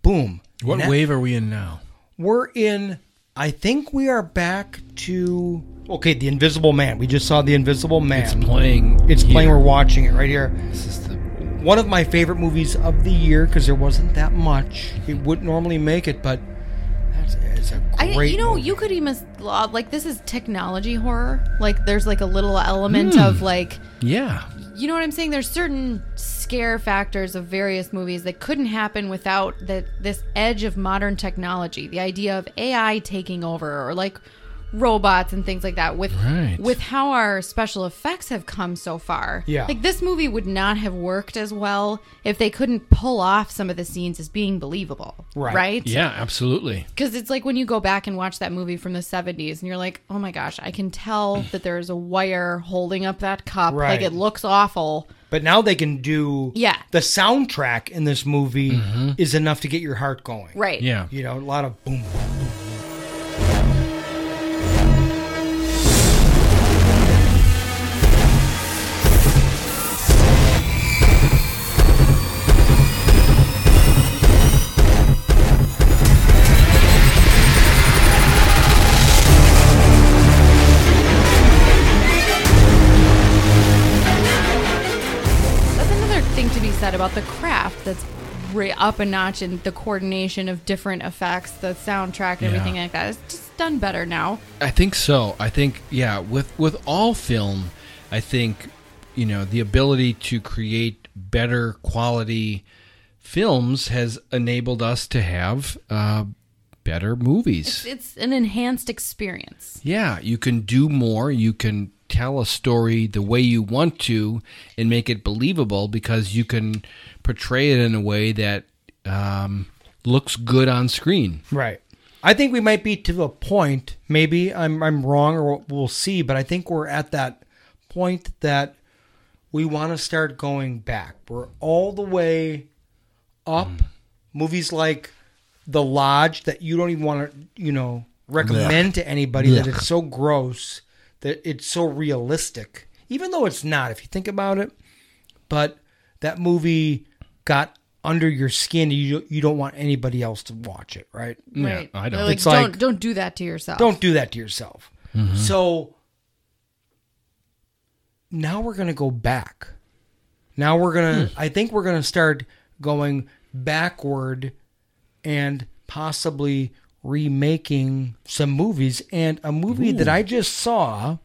boom.
What
Na-
wave are we in now?
We're in. I think we are back to okay. The Invisible Man. We just saw the Invisible Man.
It's playing
It's playing.
here.
We're watching it right here.
This is the
One of my favorite movies of the year because there wasn't that much. It would normally make it, but that's it's a
I,
great.
you know,
movie.
you could even uh, like this is technology horror. Like there's like a little element
Hmm.
of like
yeah.
you know what I'm saying. There's certain scare factors of various movies that couldn't happen without that this edge of modern technology. The idea of AI taking over or like robots and things like that with
Right.
with how our special effects have come so far.
Yeah.
Like this movie would not have worked as well if they couldn't pull off some of the scenes as being believable. Right?
Yeah, absolutely.
Because it's like when you go back and watch that movie from the 70s and you're like, oh my gosh, I can tell that there's a wire holding up that cup.
Right.
Like it looks awful.
But now they can do
Yeah.
The soundtrack in this movie is enough to get your heart going.
Right.
Yeah.
You know, a lot of boom.
That's another thing to be said about the craft that's re- up a notch in the coordination of different effects, the soundtrack, and
Yeah.
everything like that. It's just done better now.
I think so. I think yeah, with with all film, I think you know, the ability to create better quality films has enabled us to have uh better movies.
It's an enhanced experience.
yeah, you can do more, you can tell a story the way you want to and make it believable because you can portray it in a way that um looks good on screen.
Right. I think we might be to the point. Maybe I'm I'm wrong, or we'll- we'll see. But I think we're at that point that we want to start going back. We're all the way up.
Mm.
Movies like The Lodge that you don't even want to, you know, recommend
Blech.
to anybody that
Blech.
it's so gross that it's so realistic, even though it's not, if you think about it. But that movie got under your skin. You you don't want anybody else to watch it, right?
Right. Yeah, I don't. Like, it's don't like, don't do that to yourself.
Don't do that to yourself. Mm-hmm. So now we're gonna go back. Now we're gonna. Hmm. I think we're gonna start going backward and possibly remaking some movies. And a movie Ooh. that I just saw.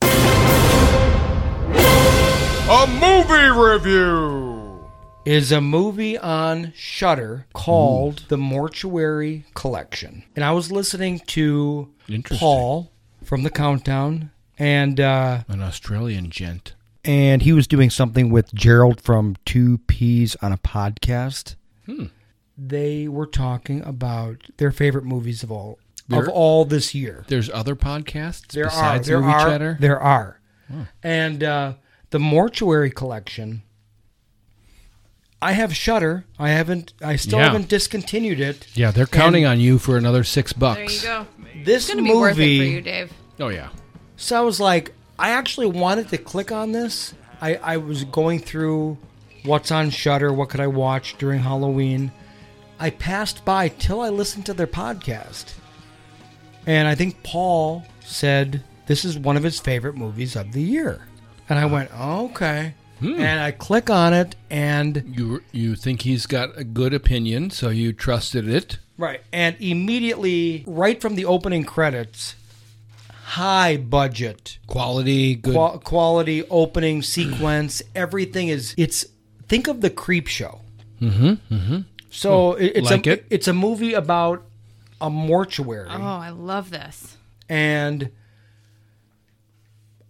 A movie review
is a movie on Shutter called Ooh. The Mortuary Collection. And I was listening to Paul from the Countdown and uh,
an Australian gent.
And he was doing something with Gerald from Two Peas on a podcast. Hmm. They were talking about their favorite movies of all there, of all this year.
There's other podcasts
there
besides
are, there
Movie
are,
Chatter.
There are, oh. and uh, the Mortuary Collection. I have Shutter. I haven't. I still yeah. haven't discontinued it.
Yeah, they're counting and on you for another six bucks.
There you
go. This
it's
gonna movie, be worth
it for you, Dave.
Oh yeah.
So I was like, I actually wanted to click on this. I, I was going through what's on Shutter, what could I watch during Halloween. I passed by till I listened to their podcast, and I think Paul said this is one of his favorite movies of the year, and I went, oh, okay. Hmm. And I click on it, and
you you think he's got a good opinion, so you trusted it,
right? And immediately, right from the opening credits, high budget
quality good
Qua- quality opening sequence everything is it's think of the creep show
mm-hmm, mm-hmm.
so well, it's
like
a
it.
it's a movie about a mortuary
oh i love this
and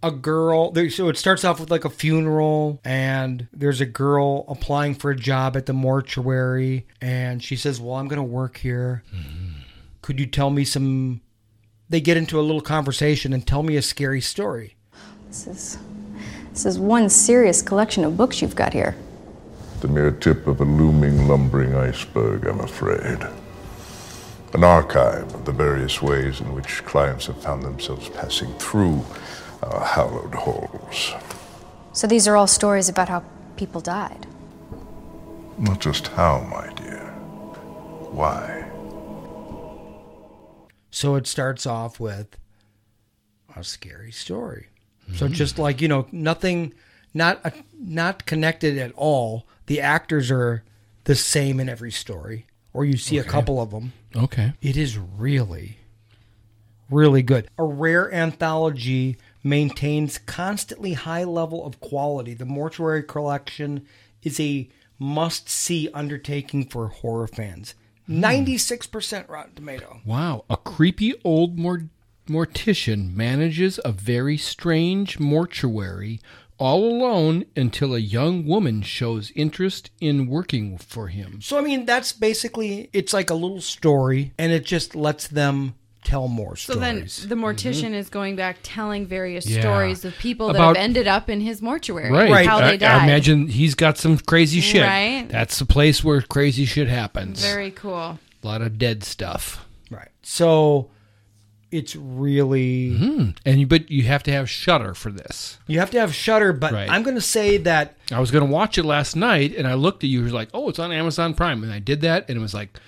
a girl so it starts off with like a funeral and there's a girl applying for a job at the mortuary and she says well i'm gonna work here mm-hmm. could you tell me some they get into a little conversation and tell me a scary story.
This is, this is one serious collection of books you've got here.
The mere tip of a looming, lumbering iceberg, I'm afraid. An archive of the various ways in which clients have found themselves passing through our hallowed halls.
So these are all stories about how people died?
Not just how, my dear. Why?
So it starts off with a scary story. Mm-hmm. So just like you know, nothing, not uh, not connected at all. The actors are the same in every story, or you see okay. a couple of them.
Okay,
it is really, really good. A rare anthology maintains constantly high level of quality. The Mortuary Collection is a must see undertaking for horror fans. 96% Rotten Tomato.
Wow. A creepy old mort- mortician manages a very strange mortuary all alone until a young woman shows interest in working for him.
So, I mean, that's basically, it's like a little story, and it just lets them tell more
so
stories.
So then the mortician mm-hmm. is going back telling various yeah. stories of people About, that have ended up in his mortuary.
Right.
right. How
I,
they died.
I imagine he's got some crazy shit.
Right.
That's the place where crazy shit happens.
Very cool.
A lot of dead stuff.
Right. So it's really
mm-hmm. and you, but you have to have shutter for this
you have to have shutter but right. i'm going to say that
i was going to watch it last night and i looked at you was like oh it's on amazon prime and i did that and it was like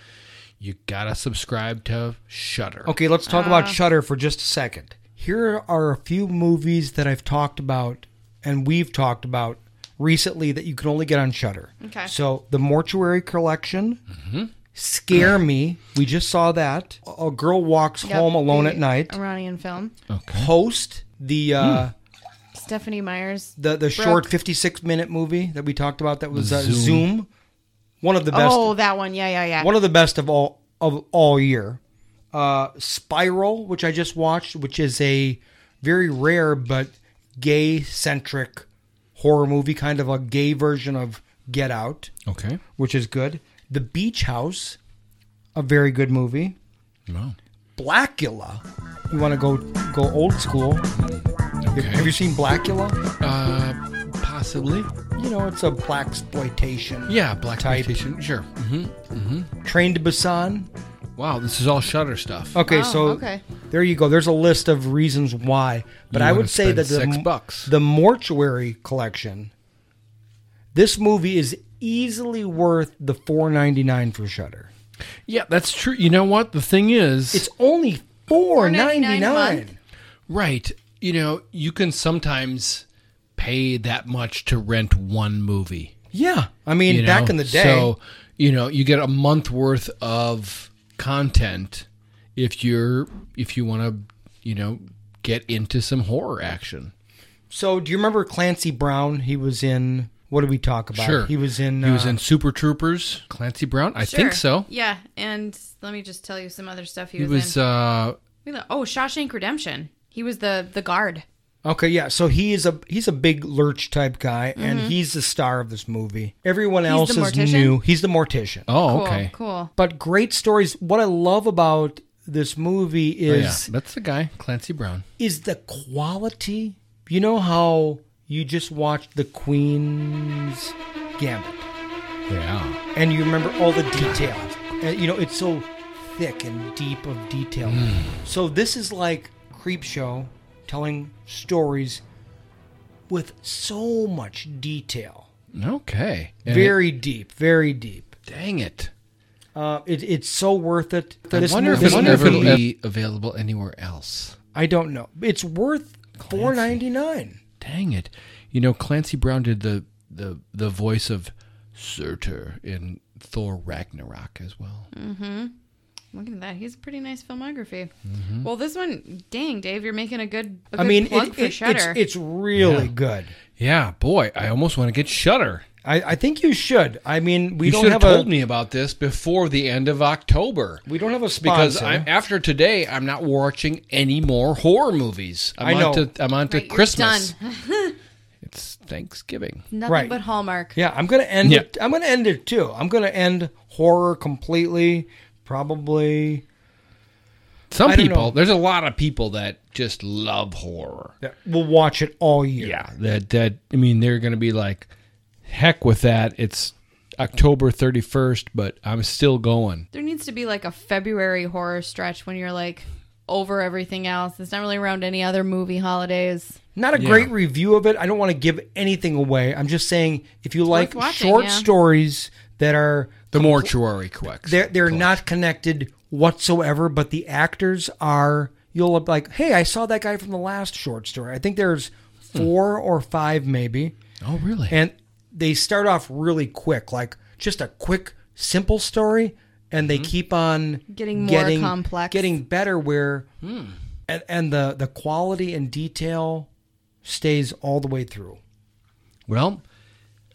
you gotta subscribe to Shutter.
Okay, let's talk uh. about Shutter for just a second. Here are a few movies that I've talked about and we've talked about recently that you can only get on Shutter.
Okay.
So the Mortuary Collection, mm-hmm. Scare Me. We just saw that. A girl walks yep, home alone at night.
Iranian film.
Okay.
Host the. Uh, mm.
Stephanie Myers,
the the Brooke. short fifty six minute movie that we talked about that was uh, Zoom. Zoom one of the best.
Oh, that one, yeah, yeah, yeah.
One of the best of all of all year. Uh, Spiral, which I just watched, which is a very rare but gay centric horror movie, kind of a gay version of Get Out.
Okay,
which is good. The Beach House, a very good movie.
Wow.
Blackula, you want to go go old school? Okay. Have you seen Blackula?
Uh, possibly.
You know, it's a black exploitation.
Yeah, black exploitation. Sure. Mm-hmm. Mm-hmm.
Train to Busan,
Wow, this is all Shutter stuff.
Okay,
Oh,
so there you go. There's a list of reasons why. But
You
I
wanna
would say
spend
that the
six
m- the mortuary collection, this movie is easily worth the 4.99 for Shutter.
Yeah, that's true. You know what? The thing is,
it's only four ninety nine.
Right. You know, you can sometimes pay that much to rent one movie.
Yeah, I mean, back in the day-
So, you know, you get a month worth of content if you're if you want to, you know, get into some horror action.
So do you remember Clancy Brown? He was in what did we talk about?
Sure.
He was in
He was
uh,
in Super Troopers, Clancy Brown. I
Sure.
think so.
Yeah, and let me just tell you some other stuff he,
He was
in.
uh
We lo- oh, Shawshank Redemption. He was the the guard.
Okay, yeah. So he is a he's a big lurch type guy, and
Mhm.
he's the star of this movie. Everyone
He's the
else is
mortician?
new. He's the mortician.
Oh, Cool, okay.
cool.
But great stories. What I love about this movie
oh, yeah,
is
that's the guy, Clancy Brown.
is the quality. You know how you just watched the Queen's Gambit,
Yeah.
and you remember all the details. And, you know, it's so thick and deep of detail.
Mm.
So this is like Creep Show telling stories with so much detail.
Okay. And it-
Very deep, very deep.
Dang it.
Uh, it it's so worth it.
I
This
wonder if
movie-
it'll ever be available anywhere else.
I don't know. It's worth four ninety nine.
Dang it! You know, Clancy Brown did the the the voice of Surtur in Thor Ragnarok as well.
Mm-hmm. Look at that. He's a pretty nice filmography.
Mm-hmm.
Well, this one, dang, Dave, you're making a good. a
I
good
mean,
plug
it-
for
it- it's-
Shudder.
it's really
Yeah.
good.
Yeah, boy, I almost want to get Shutter.
I, I think you should. I mean, we
you
don't
should
have a-
told me about this before the end of October.
We don't have a
because
sponsor.
I, after today, I'm not watching any more horror movies. I'm
I
on
know.
to I'm on to
Right, you're
Christmas.
done. (laughs)
It's Thanksgiving.
Nothing
Right.
but Hallmark.
Yeah, I'm gonna end
Yeah.
it. I'm gonna end it too. I'm gonna end horror completely. Probably
Some
I don't
people,
know.
there's a lot of people that just love horror.
that we'll watch it all year.
Yeah, that that I mean, they're going to be like, heck with that. It's October 31st, but I'm still going.
There needs to be like a February horror stretch when you're like over everything else. It's not really around any other movie holidays.
Not a
Yeah.
great review of it. I don't want to give anything away. I'm just saying if you like
worth watching,
short
yeah.
stories that are
The mortuary collection.
they're they're not connected whatsoever, but the actors are. You'll look like, hey, I saw that guy from the last short story. I think there's four or five, maybe.
Hmm. Oh, really?
And they start off really quick, like just a quick, simple story, and
Hmm.
they keep on
Getting more complex.
getting better. Where
Hmm.
and, and the the quality and detail stays all the way through.
Well,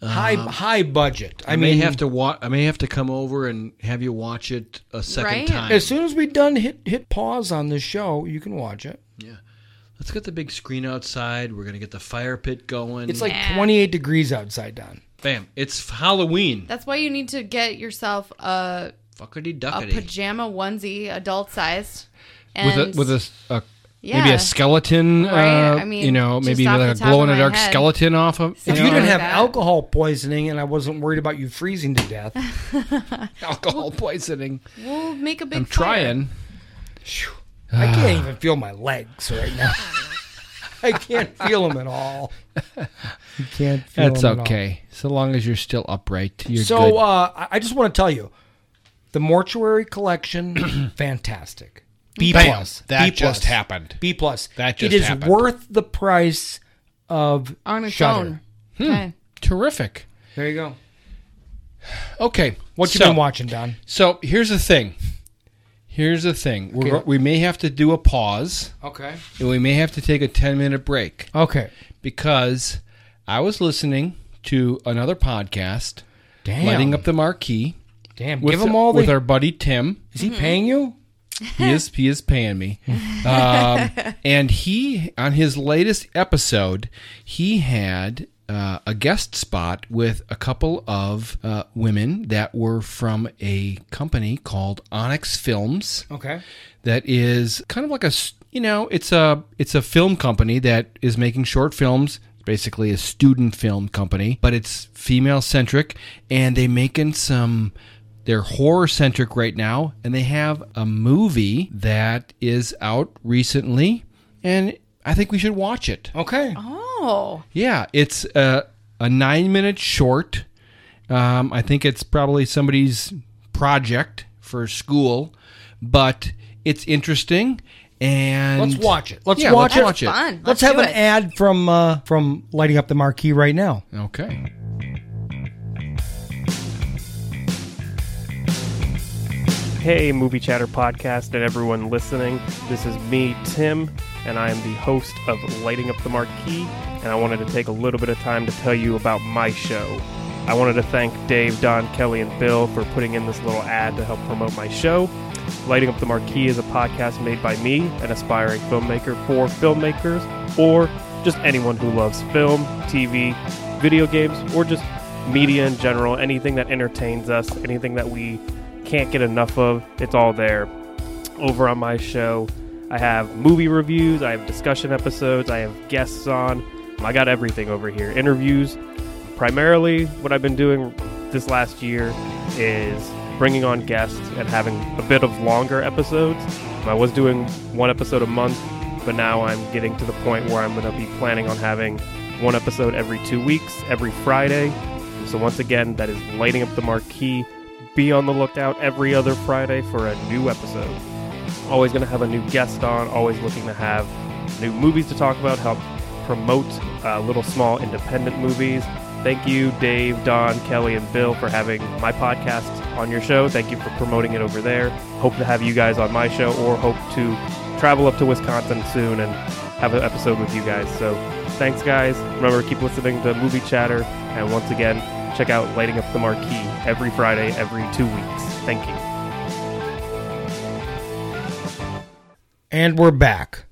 high
um,
high budget. I,
I, may
mean,
have to watch. I may have to come over and have you watch it a second
Right.
time.
As soon as we done hit hit pause on this show, you can watch it.
yeah, let's get the big screen outside. We're gonna get the fire pit going.
It's like 28 degrees outside, Don.
bam! It's Halloween.
That's why you need to get yourself a
Fuckity
a
duckity.
pajama onesie, adult sized,
with a
and
with a, a maybe
Yeah.
a skeleton.
Right,
Uh,
I mean,
you know,
just
maybe
off
like a
the top of
glow in the
my
dark
head.
skeleton off of.
If you
know?
didn't have alcohol poisoning and I wasn't worried about you freezing to death,
alcohol poisoning.
we'll make a big.
I'm
fire.
trying.
I can't even feel my legs right now. (laughs) I can't feel them at all. You can't feel
That's
'em at all.
okay, so long as you're still upright. You're
so
good.
uh, I- I just want to tell you, the mortuary collection, fantastic. B
Bam.
plus.
That
B
just
plus.
happened.
B plus.
That
it
just
is
happened.
worth the price of
On its
Shudder.
own.
Hmm.
Okay.
terrific.
There you go.
Okay,
What you
so-
been watching, Don?
So here's the thing. Here's the thing. We're
Okay.
go- we may have to do a pause.
Okay.
And we may have to take a 10 minute break.
Okay.
Because I was listening to another podcast,
Damn.
Lighting Up the Marquee.
Damn,
With,
give 'em all
With
the-
our buddy Tim.
Is he paying you?
He is, he is paying me. um, and he, on his latest episode, he had uh, a guest spot with a couple of uh, women that were from a company called Onyx Films
Okay.
that is kind of like a s- you know it's a it's a film company that is making short films basically a student film company but it's female centric and they making some They're horror centric right now, and they have a movie that is out recently, and I think we should watch it.
Okay.
Oh.
Yeah, it's a, a nine minute short. Um, I think it's probably somebody's project for school, but it's interesting. And
Let's watch it. Let's
Yeah,
watch it.
let's watch it.
Let's, have an ad from uh, from lighting up the marquee right now.
Okay.
Hey, Movie Chatter Podcast, and everyone listening. This is me, Tim, and I am the host of Lighting Up the Marquee, and I wanted to take a little bit of time to tell you about my show. I wanted to thank Dave, Don, Kelly, and Bill for putting in this little ad to help promote my show. Lighting Up the Marquee is a podcast made by me, an aspiring filmmaker for filmmakers, or just anyone who loves film, TV, video games, or just media in general, anything that entertains us, anything that we can't get enough of. It's all there. Over on my show, I have movie reviews, I have discussion episodes, I have guests on. I got everything over here. Interviews. Primarily, what I've been doing this last year is bringing on guests and having a bit of longer episodes. I was doing one episode a month, but now I'm getting to the point where I'm going to be planning on having one episode every two weeks, every Friday. So, once again, that is lighting up the marquee be on the lookout every other Friday for a new episode. Always going to have a new guest on, always looking to have new movies to talk about, help promote uh, little small independent movies. Thank you, Dave, Don, Kelly, and Bill, for having my podcast on your show. Thank you for promoting it over there. Hope to have you guys on my show or hope to travel up to Wisconsin soon and have an episode with you guys. So thanks, guys. Remember, keep listening to Movie Chatter. And once again, check out Lighting Up the Marquee every Friday, every two weeks. Thank you.
And we're back.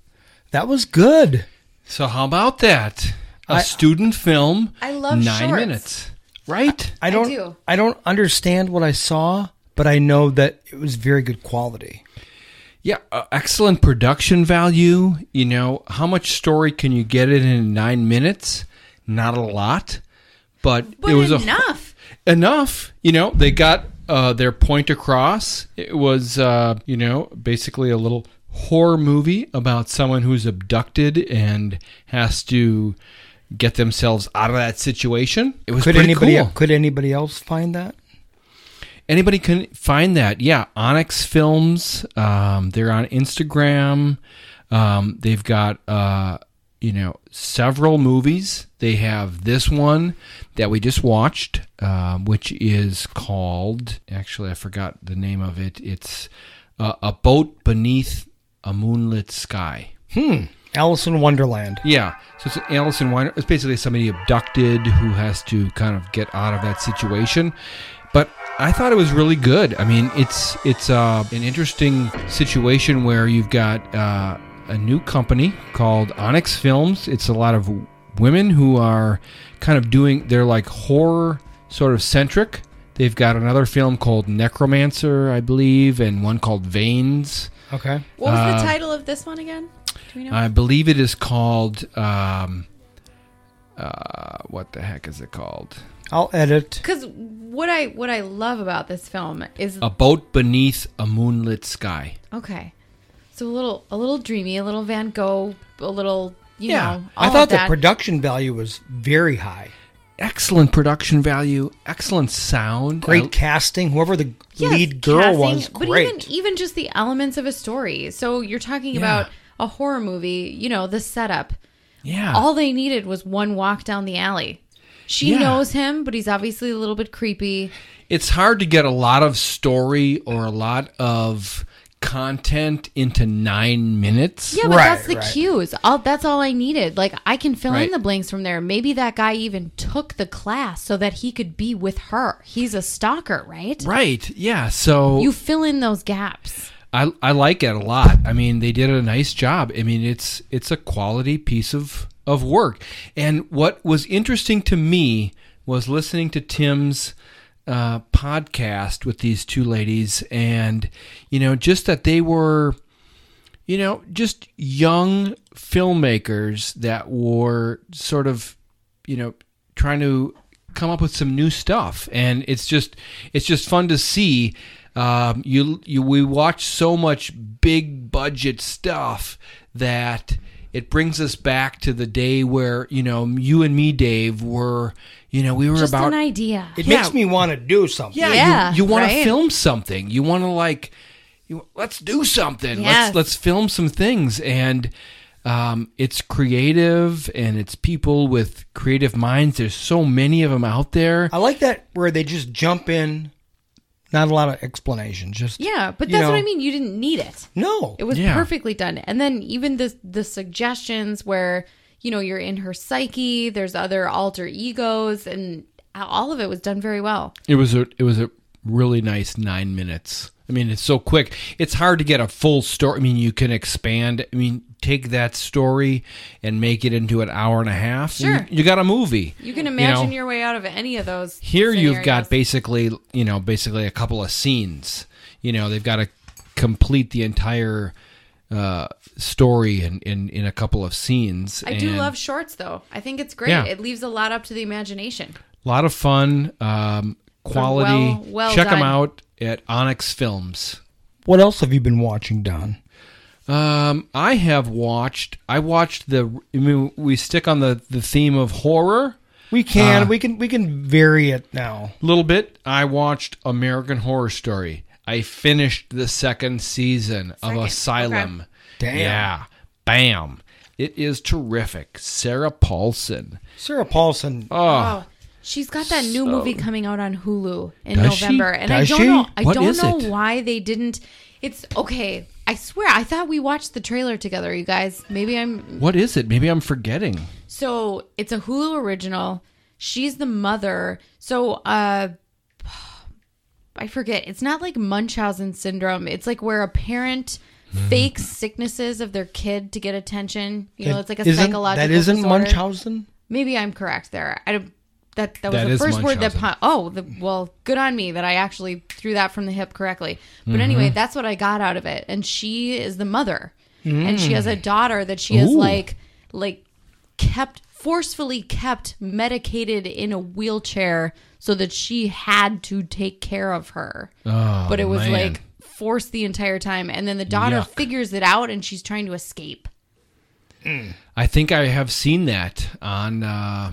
That was good.
So how about that? A
I-
student film.
I love
nine
shorts.
minutes. Right?
I don't. I,
do.
don't understand what I saw, but I know that it was very good quality.
Yeah, uh, excellent production value. You know, how much story can you get in in nine minutes? Not a lot, but,
But
it was a-
enough.
enough. You know, they got uh, their point across. It was, uh, you know, basically a little horror movie about someone who's abducted and has to get themselves out of that situation. It was
could
pretty
anybody
cool.
could anybody else find that?
Anybody can find that. Yeah, Onyx Films. Um, they're on Instagram. Um, they've got uh, you know several movies. They have this one that we just watched, um, which is called. Actually, I forgot the name of it. It's uh, a boat beneath a moonlit sky.
Hmm. Alice in Wonderland.
Yeah. So it's Alice in Wonderland. It's basically somebody abducted who has to kind of get out of that situation. But I thought it was really good. I mean, it's it's uh, an interesting situation where you've got uh, a new company called Onyx Films. It's a lot of women who are kind of doing. They're like horror sort of centric. They've got another film called Necromancer, I believe, and one called Veins.
Okay.
What was
Um,
Uh,
the title of this one again? Do we know?
I believe it is called. Um, uh, what the heck is it called?
I'll edit.
Because what I what I love about this film is
A boat beneath a moonlit sky.
Oh.
okay, so a little a little dreamy, a little Van Gogh, a little you know.
I
All
thought
of
the
that.
production value was very high.
Excellent production value. Excellent sound.
Great
I-
casting. Whoever the
Yes,
lead girl
casting,
was,
but
great.
even e- even just the elements of a story. So you're talking
Yeah.
about a horror movie, you know, the setup.
Yeah.
All they needed was one walk down the alley. She
Yeah.
knows him, but he's obviously a little bit creepy.
it's hard to get a lot of story or a lot of content into nine minutes.
Yeah, but that's the cues. All that's all I needed. Like I can fill in
Right.
the blanks from there. Maybe that guy even took the class so that he could be with her. He's a stalker, right?
Right. Yeah. So
You fill in those gaps.
I, I like it a lot. I mean, they did a nice job. I mean, it's it's a quality piece of of work. And what was interesting to me was listening to Tim's uh, podcast with these two ladies, and you know, just that they were, you know, just young filmmakers that were sort of, you know, trying to come up with some new stuff, and it's just it's just fun to see. Um, you you we watch so much big budget stuff that it brings us back to the day where you know you and me, Dave, were you know we were
Just
about
an idea.
It makes me want to do something.
yeah,
Yeah,
you, you want
right?
to film something. You want to like you, let's do something. Let's
Yes.
let's film some things and um, it's creative and it's people with creative minds. There's so many of them out there.
I like that where they just jump in, not a lot of explanation. Just
Yeah, but
you
that's what
know.
I mean. You didn't need it.
No,
It was
Yeah.
perfectly done. And then even the the suggestions where, you know, you're in her psyche, there's other alter egos and all of it was done very well.
It was a it was a really nice nine minutes. I mean, it's so quick. It's hard to get a full story. I mean, you can expand. I mean, take that story and make it into an hour and a half.
Sure.
you, you got a movie.
You can imagine
know?
your way out of any of those.
Here you've got
scenarios.
basically, you know, basically a couple of scenes. You know, they've got to complete the entire uh, story in, in in a couple of scenes.
I do
and
love shorts though. I think it's great.
Yeah.
It leaves a lot up to the imagination.
a lot of fun, um, quality.
Well- well
Check them
done.
out at Onyx Films.
What else have you been watching, Don?
Um, I have watched. I watched the. I mean, we stick on the the theme of horror.
We
Uh.
can we can we can vary it now.
A little bit. I watched American Horror Story. I finished the second season of Asylum.
Damn.
Yeah. Bam. It is terrific. Sarah Paulson.
Sarah Paulson.
Oh.
She's got that new
So-
movie coming out on Hulu in
Does she?
November, and I
Does
don't
she?
know. I
What
don't
is
know
it?
why they didn't. It's okay. I swear, I thought we watched the trailer together, you guys. Maybe I'm.
What is it? Maybe I'm forgetting.
So it's a Hulu original. She's the mother. So uh, I forget. It's not like Munchausen syndrome. It's like where a parent
Mm-hmm.
fakes sicknesses of their kid to get attention. You know,
That
it's like a
isn't-
psychological.
That isn't
disorder.
Munchausen.
Maybe I'm correct there. I don't. That that was
That
the
is
first word that.
Munchausen.
Pon- oh, the, well, good on me that I actually threw that from the hip correctly.
Mhm.
But anyway, that's what I got out of it. And she is the mother, and she has a
Mm.
daughter that she has
Ooh.
like like kept forcefully kept medicated in a wheelchair so that she had to take care of her.
Oh,
but it was
man.
like forced the entire time, and then the daughter
Yuck.
figures it out, and she's trying to escape.
I think I have seen that on. Uh,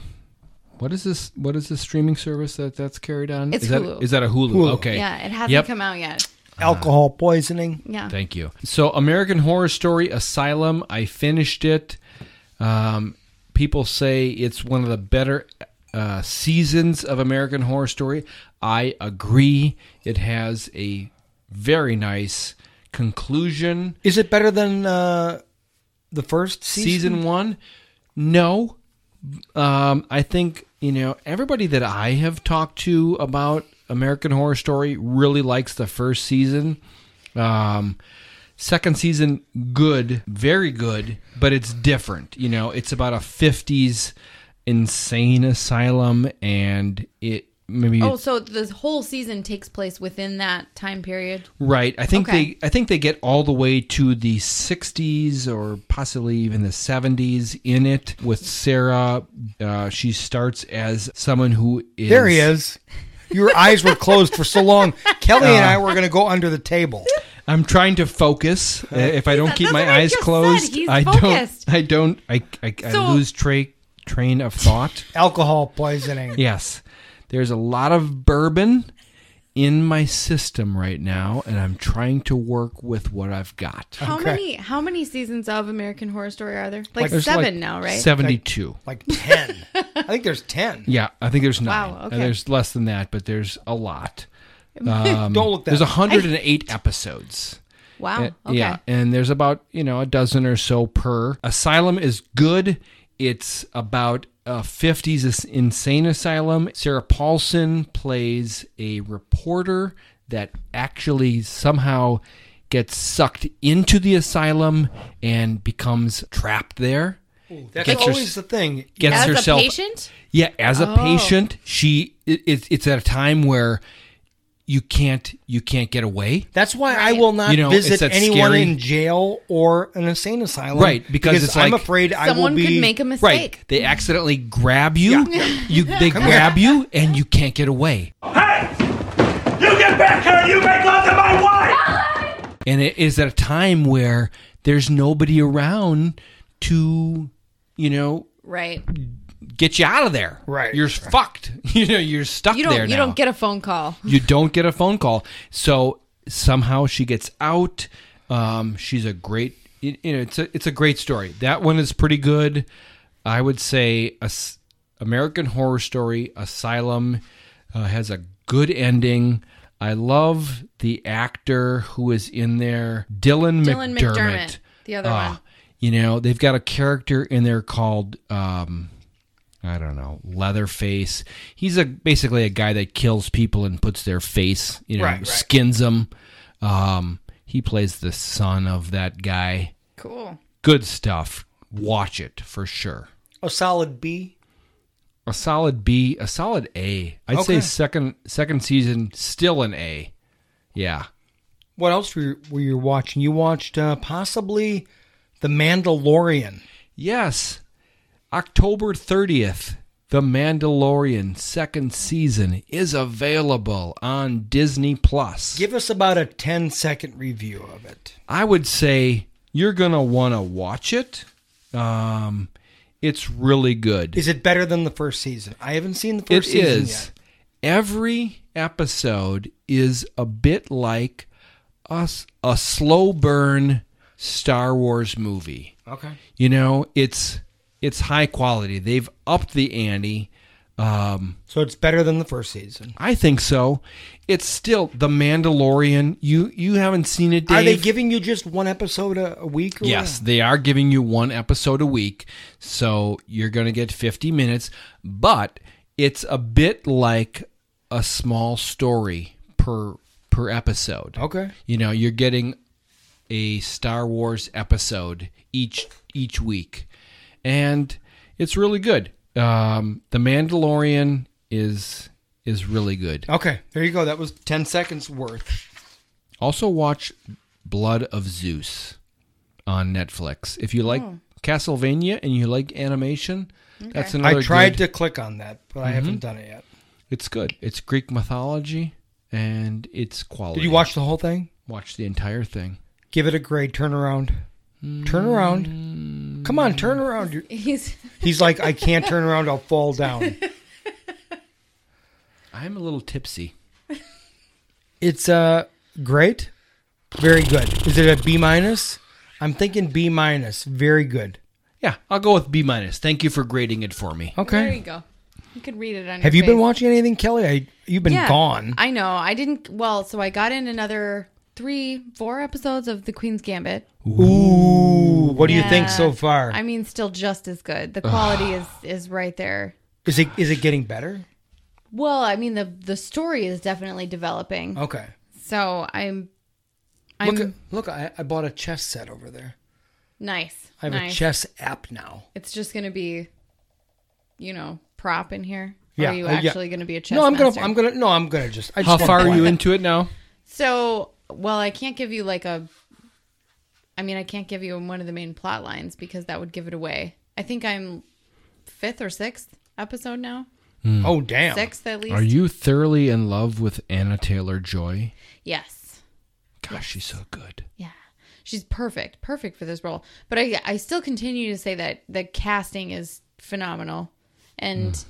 what is this? What is the streaming service that that's carried on?
It's
is that,
Hulu.
Is that a Hulu?
Hulu.
Okay.
Yeah, it hasn't
Yep.
come out yet.
Uh.
Alcohol poisoning.
Yeah.
Thank you. So, American Horror Story Asylum, I finished it. Um, people say it's one of the better uh, seasons of American Horror Story. I agree. It has a very nice conclusion.
Is it better than uh, the first season?
Season one? No. Um, I think, you know, everybody that I have talked to about American Horror Story really likes the first season. Um, second season, good, very good, but it's different. You know, it's about a 50s insane asylum, and it maybe.
Oh, so the whole season takes place within that time period.
Right. I think
Okay.
they I think they get all the way to the 60s or possibly even the 70s in it with Sarah. Uh, she starts as someone who is
There he is. Your eyes were closed for so
(laughs)
long. Kelly and
Uh.
I were going to go under the table.
I'm trying to focus. Uh, if I don't keep my eyes
just said.
closed,
He's
I
focused.
don't I don't I I, I
So-
lose tra- train of thought.
Alcohol poisoning.
Yes. There's a lot of bourbon in my system right now and I'm trying to work with what I've got.
How many how many seasons of American Horror Story are there? Like,
There's
seven now, right?
72.
Like 10. I think there's 10.
Yeah, I think there's nine.
Wow,
Wow,
okay.
There's less than that, but there's a lot.
Don't look that
There's
up.
108 episodes.
Wow,
Uh,
Oh, okay.
Yeah, and there's about you know a dozen or so per. Asylum is good. It's about a 50s as- insane asylum. Sarah Paulson plays a reporter that actually somehow gets sucked into the asylum and becomes trapped there.
That's
Gets her-
always the thing.
Gets
As a
herself
patient?
Yeah, as a
Oh.
patient, she it, it's it's at a time where you can't you can't get away.
That's why I will not
You know, it's
visit
that
anyone
scary-
in jail or an insane asylum.
Right, because it's
I'm
like-
afraid I will
Someone
be.
could make a
Right.
mistake.
They accidentally grab you. You they
Come here.
grab you and you can't get away.
You get back here! You make love to my wife!
And it is at a time where there's nobody around to, you know,
Right.
get you out of there. Right. You're fucked. (laughs) You know, you're stuck
You don't.
there
You
now.
don't get a phone call.
you don't get a phone call. So somehow she gets out. Um, she's a great. You you know, it's a it's a great story. That one is pretty good. I would say As- American Horror Story Asylum uh, has a good ending. I love the actor who is in there, Dylan,
Dylan
McDermott.
McDermott, the other
Ah,
one.
You know, they've got a character in there called um, I don't know, Leatherface. He's a basically a guy that kills people and puts their face, you know,
Right, right.
skins them. Um, he plays the son of that guy.
Cool. (laughs)
Good stuff. Watch it for sure.
a solid B.
A solid B, a solid A. I'd
Okay.
say second second season still an A. Yeah.
What else were you, were you watching? You watched uh, possibly The Mandalorian.
Yes. October 30th, The Mandalorian second season is available on Disney Plus.
Give us about a 10 second review of it.
I would say you're gonna want to watch it. Um, it's really good.
Is it better than the first season? I haven't seen the
It
first season
is.
yet.
Every episode is a bit like us a slow burn Star Wars movie.
Okay.
You know, it's it's high quality. They've upped the ante. Um,
So it's better than the first season.
I think so. It's still The Mandalorian. You you haven't seen it, Dave.
Are they giving you just one episode a, a week? Or
Yes, they are giving you one episode a week, so you're going to get 50 minutes, but it's a bit like a small story per per episode.
Okay.
You know, you're getting a Star Wars episode each each week. And it's really good. Um, the Mandalorian is is really good.
Okay, there you go. That was 10 seconds worth.
Also watch Blood of Zeus on Netflix. If you like
Hmm.
Oh.
Castlevania and you like animation, that's another
I tried to
good-
click on that, but I
Mhm.
haven't done it yet.
It's good. It's Greek mythology and it's quality.
Did you watch the whole thing?
Watch the entire thing.
Give it a grade. Turn around. Turn around. Come on, turn around.
(laughs)
You're-
He's
He's like, I can't turn around. I'll fall
(laughs)
down.
I'm a little tipsy.
It's uh great, very good. Is it a B minus? I'm thinking B minus. Very good.
Yeah, I'll go with B minus. Thank you for grading it for me.
There you go. You could read it on.
Have
your
you been
face.
watching anything, Kelly? I, you've been
Yeah,
gone.
I know. I didn't. Well, so I got in another three, four episodes of The Queen's Gambit.
Ooh, what do you think
Yeah.
so far?
I mean, still just as good. The quality is is right there.
is it is it getting better?
Well, I mean, the the story is definitely developing.
Okay.
So I'm, I'm
Oh. look, look, I, I bought a chess set over there.
nice.
I have
nice.
a chess app now.
It's just gonna be, you know, prop in here.
Yeah.
Are you
Oh, yeah.
actually gonna be a chess?
no, I'm
master?
gonna, I'm gonna, no, I'm gonna just. I just
How
wanna
far are
play.
you into it now?
So, well, I can't give you like a. I mean, I can't give you one of the main plot lines because that would give it away. I think I'm fifth or sixth episode now.
Oh damn!
Sixth at least.
Are you thoroughly in love with Anna Taylor Joy?
Yes.
Gosh, she's so good.
Yeah. She's perfect, perfect for this role. But I, I still continue to say that the casting is phenomenal, and
Hmm.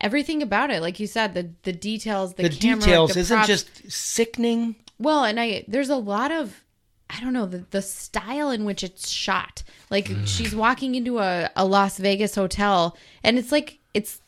everything about it, like you said, the the details, the,
The,
camera,
details
the
isn't
props,
just sickening.
Well, and I there's a lot of I don't know the, the style in which it's shot. Like
Hmm.
she's walking into a, a Las Vegas hotel, and it's like it's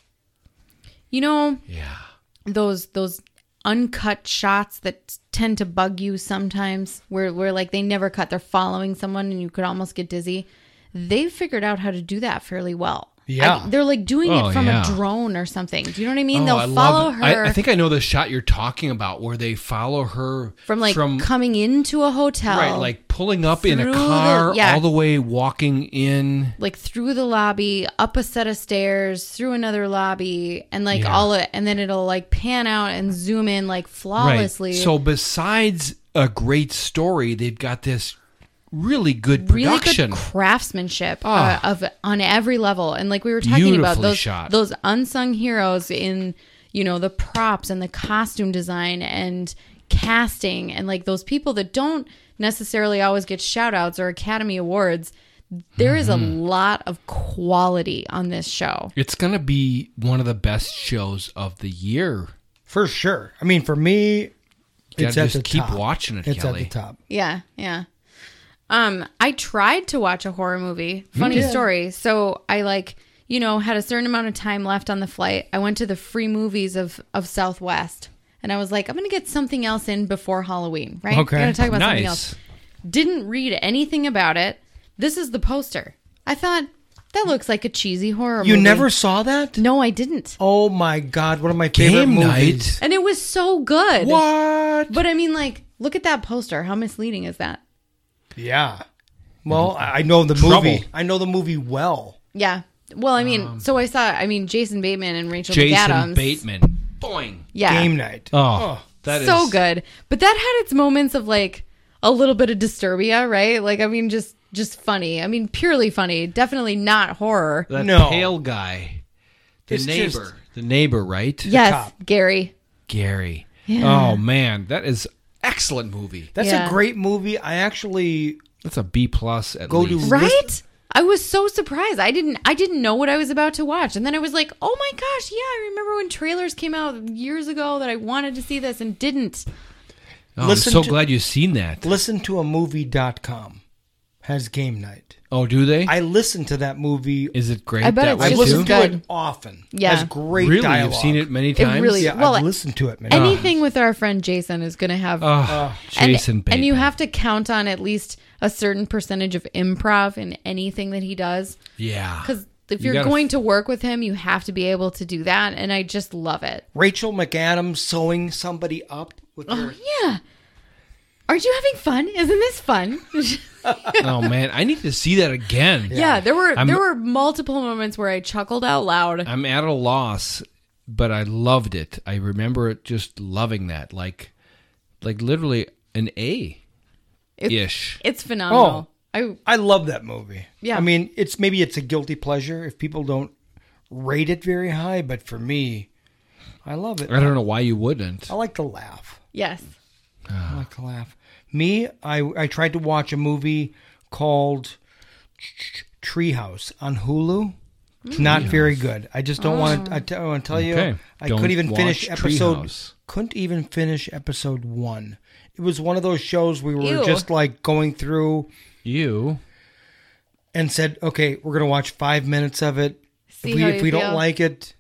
you know
yeah
those those uncut shots that tend to bug you sometimes where where like they never cut they're following someone and you could almost get dizzy they figured out how to do that fairly well
Yeah.
I- they're like doing
Oh,
it from
yeah.
a drone or something. Do you know what I mean?
Oh,
They'll
I love
follow
it.
her
I, I think I know the shot you're talking about where they follow her
from like coming into a hotel.
right, like pulling up in a
through
car
the- yeah.
all the way walking in.
like through the lobby, up a set of stairs, through another lobby, and like
Yeah.
all of, and then it'll like pan out and zoom in like flawlessly.
So besides a great story, they've got this really good
really
production.
good craftsmanship uh,
Ah.
of on every level, and like we were talking about
Beautifully
those
shot.
those unsung heroes in you know the props and the costume design and casting and like those people that don't necessarily always get shout outs or Academy Awards. There is
Mm-hmm.
a lot of quality on this show.
it's going to be one of the best shows of the year.
For sure. I mean, for me,
You
it's
gotta
at
just
the
keep
top.
watching it,
It's
Kelly.
at the top.
Yeah, yeah. Um, I tried to watch a horror movie. Funny
Yeah.
story. So I like, you know, had a certain amount of time left on the flight. I went to the free movies of of Southwest, and I was like, I'm gonna get something else in before Halloween, right?
Okay.
i gonna talk about something
Nice.
else. Didn't read anything about it. This is the poster. I thought that looks like a cheesy horror.
You
movie.
never saw that?
No, I didn't.
Oh my god, one of my favorite
Game
movies.
And it was so good.
What?
But I mean, like, look at that poster. How misleading is that?
Yeah. Well, I I know the
Trouble.
movie. I know the movie well.
Yeah. Well, I mean, so I saw. I mean, Jason Bateman and Rachel
Um, Jason
McAdams.
Bateman. Boing.
Yeah.
Game night.
Oh, that is
so good. But that had its moments of like a little bit of disturbia, right? Like, I mean, just just funny. I mean, purely funny. Definitely not horror.
That
No.
pale guy. The
It's
neighbor.
just-
the neighbor, right?
yes, Gary.
Gary.
Yeah.
Oh, man. That is excellent movie.
That's
Yeah.
a great movie. I actually
That's a B plus at
Go to
least.
Right. I was so surprised. I didn't. I didn't know what I was about to watch, and then I was like, "Oh my gosh, yeah! I remember when trailers came out years ago that I wanted to see this and didn't."
Oh, I'm
Listen
so
to-
glad you've seen that.
listen to a movie.com has game night.
Oh, do they?
I listened to that movie.
is it great?
I bet
that
it's
way
I've
just
too?
listened to
good.
it often.
Yeah.
Has great
Really?
dialogue.
You've seen it many
It
times?
really-
Yeah,
Well,
I've listened to it many times.
Anything with our friend Jason is going to have
Uh,
Oh,
and,
Jason Bateman.
and you have to count on at least a certain percentage of improv in anything that he does
Yeah.
(laughs) because if
Ah, You
you're
gotta-
going to work with him you have to be able to do that and i just love it
Rachel McAdams sewing somebody up with her.
Oh, yeah are you having fun isn't this fun (laughs)
oh man, I need to see that again.
yeah there were
I'm-
there were multiple moments where i chuckled out loud
I'm at a loss, but I loved it. I remember it just loving that, like, like literally an A
It-
ish.
it's phenomenal i
I love that movie.
Yeah.
I mean, it's maybe it's a guilty pleasure if people don't rate it very high, but for me, I love it.
I don't know why you wouldn't.
I like to laugh.
yes
I (sighs) like to laugh. Me, I I tried to watch a movie called Treehouse on Hulu. Not very good. I just don't want to. I, t- I want to tell
Okay.
you, I
Don't
couldn't even
watch
finish episode.
Treehouse.
Couldn't even finish episode one. It was one of those shows we were
Ew.
just like going through
You
and said, "Okay, we're gonna watch five minutes of it.
See
if we,
how
if
you
we don't
feel.
like it,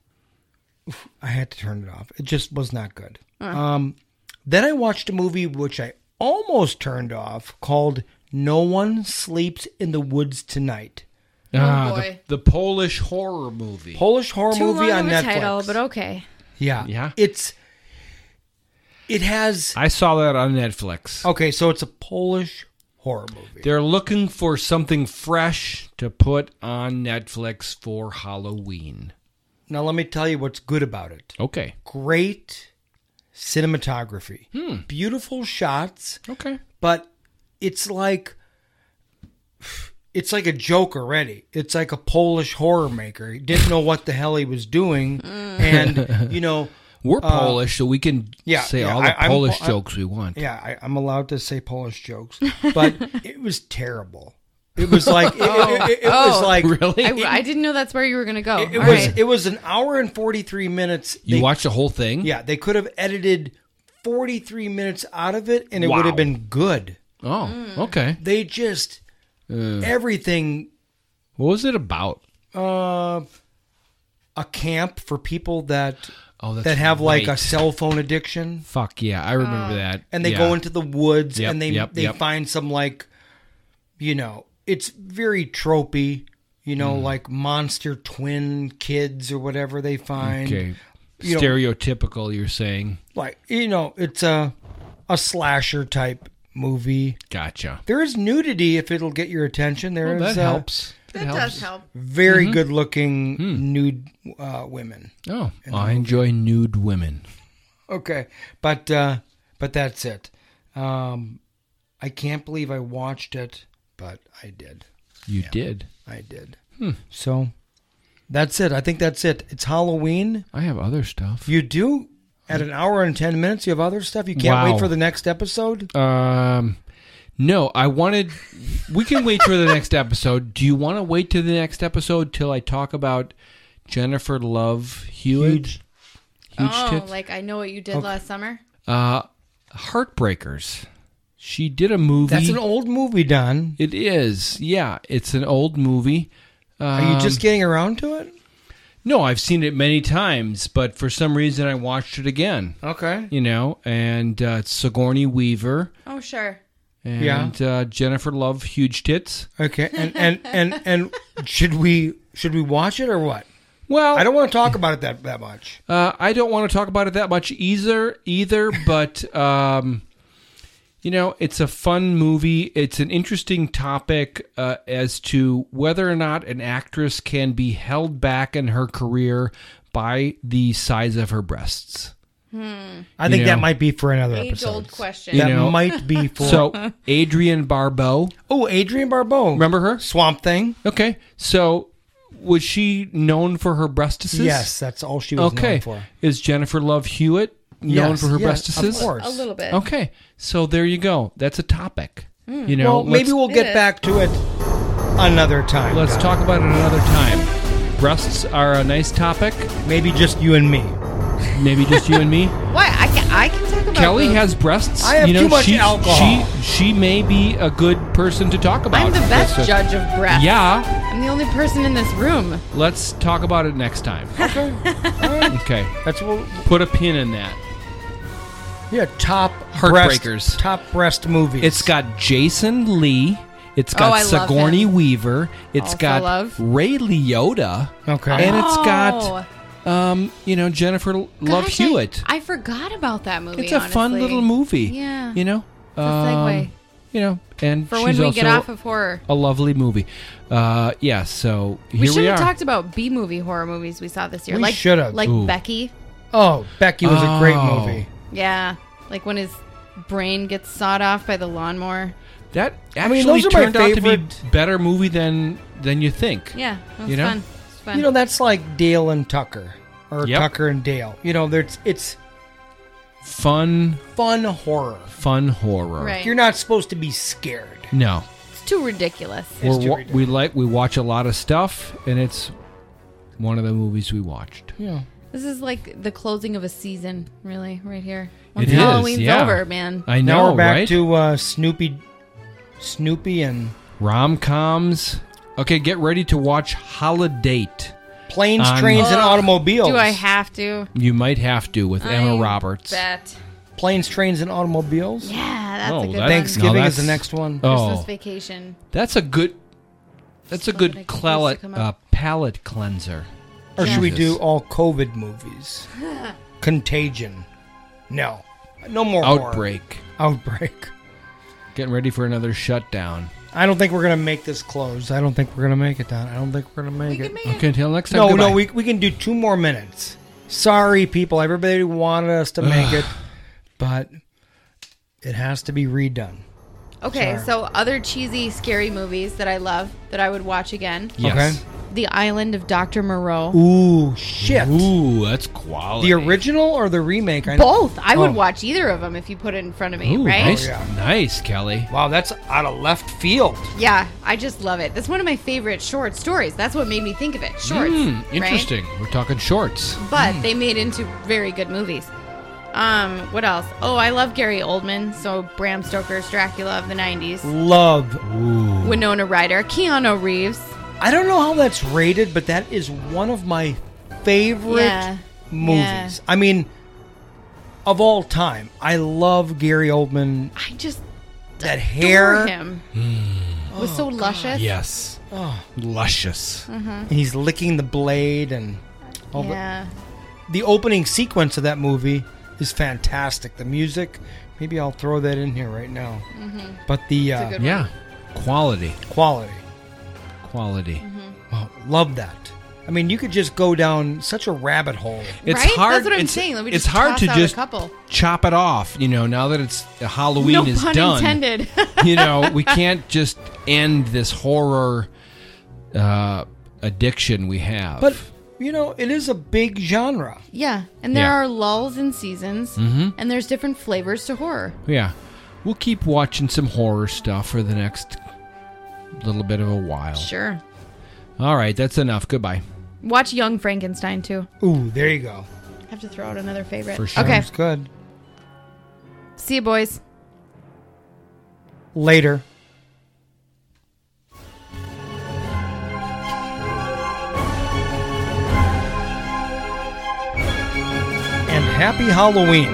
oof, I had to turn it off. It just was not good."
Uh.
Um, then I watched a movie which I almost turned off called "No One Sleeps in the Woods Tonight."
ah, the,
Oh, boy.
the Polish horror movie.
Polish horror
too
movie
long
on
of a
Netflix.
title but oh. okay
yeah,
Yeah.
it's it has
I saw that on Netflix.
okay, so it's a Polish horror movie.
They're looking for something fresh to put on Netflix for Halloween.
Now let me tell you what's good about it.
Okay.
Great cinematography, beautiful shots.
Okay.
but it's like it's like a joke already. It's like a Polish horror maker. He didn't know what the hell he was doing,
Mm. (laughs)
and you know,
We're
Uh,
Polish, so we can
yeah,
say
yeah,
all the
I- I'm Po-
Polish
I-
jokes we want. (laughs)
yeah, I, I'm allowed to say Polish jokes,
(laughs)
but it was terrible. It was like it, it- it- it was
Oh.
like
Really?
I, I didn't know that's where you were going to go
It
All
was
right.
it was an hour and forty three minutes.
You
They-
watched the whole thing?
yeah, they could have edited forty three minutes out of it, and it would
Wow.
have been good.
Oh, okay.
They just everything
What was it about?
uh, a camp for people that
Oh, that's
that have like a
right.
cell phone addiction,
Fuck yeah, I remember that.
and they
Yeah.
go into the woods
Yep,
and they
yep,
they
yep.
find some like, you know, it's very tropey. you know,
Mm.
like monster twin kids or whatever they find.
Okay.
You know,
Stereotypical, you're saying.
like you know, it's a a slasher type movie.
Gotcha.
There is nudity if it'll get your attention. There is
Well, that
uh,
helps. Hmm. That That does helps. help.
Very
Mhm.
good looking nude uh, women.
Oh,
in the
I enjoy nude women.
Okay, but uh, but that's it. Um, I can't believe I watched it, but I did.
You did.
I did.
Hmm.
So that's it. I think that's it. It's Halloween.
I have other stuff.
You do at an hour and ten minutes. You have other stuff. You can't
Wow.
wait for the next episode.
Um, no, I wanted. We can wait for the next episode. Do you want to wait to the next episode till I talk about Jennifer Love Hewitt? Huge,
oh,
tits.
like I know what you did
Okay.
last summer.
Uh, Heartbreakers. She did a movie.
That's an old movie, Don.
It is. Yeah, it's an old movie.
Are you just
Um,
getting around to it?
No, I've seen it many times, but for some reason I watched it again.
Okay.
You know, and uh, it's Sigourney Weaver
Oh, sure.
and
Yeah.
uh, Jennifer Love, huge tits.
Okay, and and and and should we should we watch it or what?
Well,
I don't want to talk about it that that much.
Uh, I don't want to talk about it that much either, either. (laughs) But um, you know, it's a fun movie. It's an interesting topic uh, as to whether or not an actress can be held back in her career by the size of her breasts.
Hmm.
I think
You
that
know.
might be for another episode.
Age-old question.
That might
(laughs)
be for (laughs)
so Adrian Barbeau.
Oh, Adrian Barbeau.
Remember her?
Swamp Thing.
Okay, so was she known for her breastises?
Yes, that's all she was known
okay.
for.
Is Jennifer Love Hewitt known
Yes,
for her
yes, of
breastises?
course. A
little bit.
Okay, so there you go. That's a topic.
Mm.
You know,
well, maybe
let's-
we'll
It
get
is.
back to it another time.
Let's talk about it another time. Breasts are a nice topic.
Maybe just you and me.
Maybe just you and
(laughs)
me.
Why? I can, I can talk about
Kelly
boobs.
has breasts.
I have
you know,
too much
she,
alcohol.
She she may be a good person to talk about.
I'm the best
That's a-
judge of breath.
Yeah.
I'm the only person in this room.
Let's talk about it next
(laughs)
time.
Okay. All right.
Okay.
That's what.
Put a pin in that.
(laughs) Yeah, top
Heartbreakers.
Breast, top breast movies.
It's got Jason Lee. It's
Oh,
got
I love
Sigourney
him.
Weaver. It's
Also
got
love.
Ray Liotta.
Okay.
And it's
Oh.
got, um, you know, Jennifer L- Love
Gosh, I-
Hewitt.
I, forgot about that movie.
it's a fun
honestly.
little movie.
Yeah.
You know?
It's a segue.
Um, you know, and
For
she's
when we get
also
off of horror.
a lovely movie. Uh, yeah, so
we
here we,
should
are.
have talked about B movie horror movies we saw this year.
We
like
should've.
Like
Ooh.
Becky.
oh, Becky was a great
Oh.
movie.
Yeah. Like when his brain gets sawed off by the lawnmower.
that
I mean,
actually
those are my
turned out to be
favorite-
better movie than than you think.
Yeah. It was
You know?
fun. It was fun.
You know, that's like Dale and Tucker, or
Yep.
Tucker and Dale. You know, there's it's
Fun,
fun horror.
fun horror.
Right.
You're not supposed to be scared.
No.
it's too ridiculous.
We're,
too
wa-
ridiculous.
we like we watch a lot of stuff, and it's one of the movies we watched.
Yeah.
This is like the closing of a season, really, right here. Once
It is,
Halloween's
yeah.
over, man.
I know.
now we're back
right?
to uh, Snoopy, Snoopy and
rom coms. Okay, get ready to watch Holiday.
planes,
On-
trains, and
Ugh.
automobiles.
Do I have to?
You might have to with Emma
I
Roberts.
Bet.
planes, trains, and automobiles?
Yeah, that's
Oh,
a good
that-
one.
Thanksgiving
Now
is
that's-
the next one.
Christmas
Oh,
vacation.
that's a good. That's a
Just
good
wanted to-
cla-
just to come
uh,
up.
palate cleanser.
Or should we
Oh, Jesus.
do all COVID
(laughs)
movies? Contagion. No. No more horror.
Outbreak?
Outbreak.
Getting ready for another shutdown.
I don't think we're gonna make this close. I don't think we're gonna make it, Don. I don't think we're gonna make it.
Okay, until next time.
no,
goodbye.
no, we, we can do two more minutes. Sorry, people. Everybody wanted us to make it, but it has to be redone.
Okay,
Sorry.
so other cheesy, scary movies that I love that I would watch again.
Yes.
The Island of Dr. Moreau.
Okay. Ooh, shit.
Ooh, that's quality.
The original or the remake? I know-
Both. I would
Oh.
watch either of them if you put it in front of me,
Ooh,
right?
nice,
yeah.
nice, Kelly.
Wow, that's out of left field.
Yeah, I just love it. That's one of my favorite short stories. That's what made me think of it. Shorts.
Mm,
right?
interesting. Hmm. We're talking shorts.
But they made into very good movies. Um, what else? Oh, I love Gary Oldman, so Bram Stoker's Dracula of the 90s.
Love.
Winona Ryder, Keanu Reeves.
I don't know how that's rated, but that is one of my favorite
Yeah.
movies.
Yeah.
I mean, of all time, I love Gary Oldman.
I just
That hair.
adore him. was so luscious.
Yes.
Oh.
Luscious.
Mhm.
And he's licking the blade and all
Yeah.
the the opening sequence of that movie is fantastic. The music, maybe I'll throw that in here right now.
Mhm.
But the
It's a
uh,
good one.
Yeah. Quality.
quality,
Quality.
Mm-hmm.
wow, love that. I mean, you could just go down such a rabbit hole.
It's
Right?
hard.
That's what I'm
it's,
saying. Let me
it's
just
hard
toss
to
out a
just
couple.
chop it off. You know, now that it's uh, Halloween
no
is
pun
done. (laughs)
intended.
you know,
(laughs)
we can't just end this horror uh, addiction we have.
But you know, it is a big genre.
Yeah, and there
Yeah.
are lulls and seasons,
Mhm.
and there's different flavors to horror.
yeah, we'll keep watching some horror stuff for the next little bit of a while.
Sure.
All right, that's enough. Goodbye.
Watch Young Frankenstein too.
Ooh, there you go.
I have to throw out another favorite.
For sure.
Okay.
Sounds good.
See you, boys.
Later. And happy Halloween.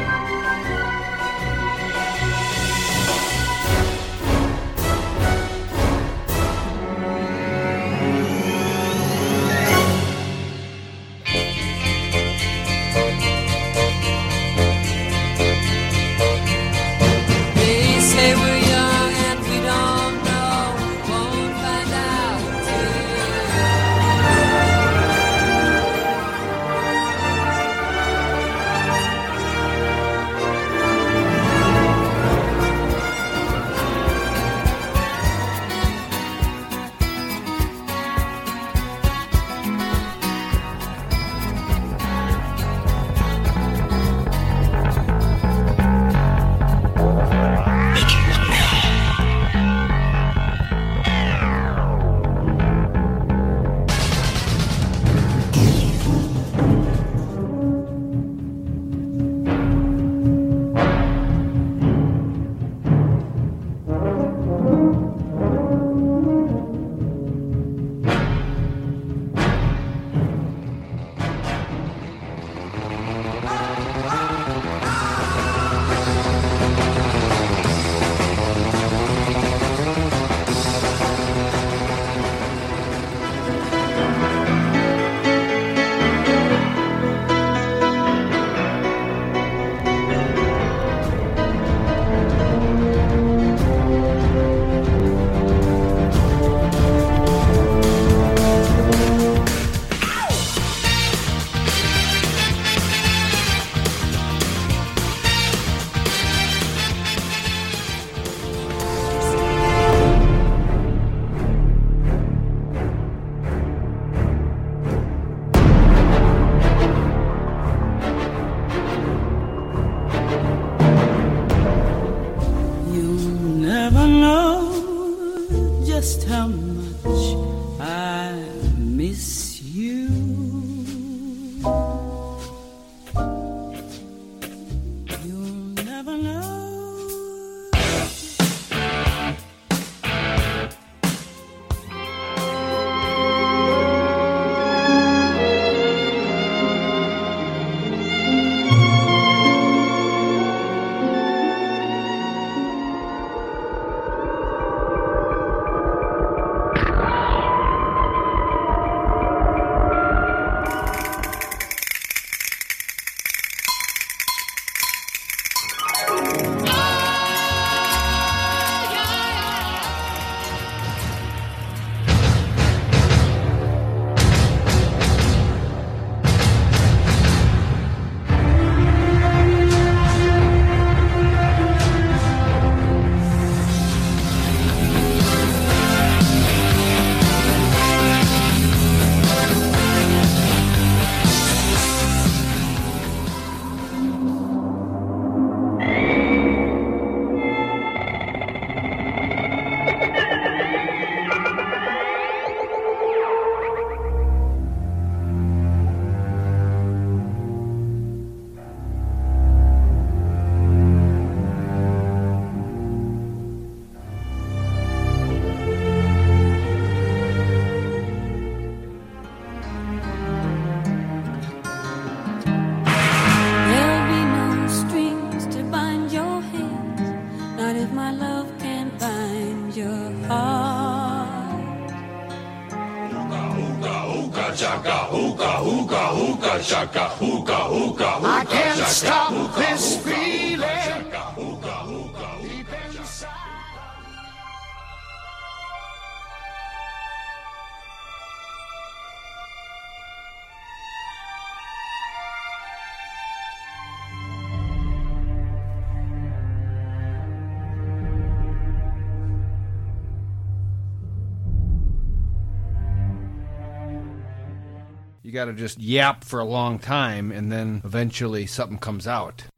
They say we're young and we don't know. Won't find out
You'll never know just how much I miss you. You'll never know.
chaka, hookah, hookah, hookah, shaka, hookah, hookah, hookah.
I can't
shaka,
stop
hookah,
this
hookah,
feeling.
shaka, hookah, hookah, hookah, shaka.
You got to just yap for a long time, and then eventually something comes out.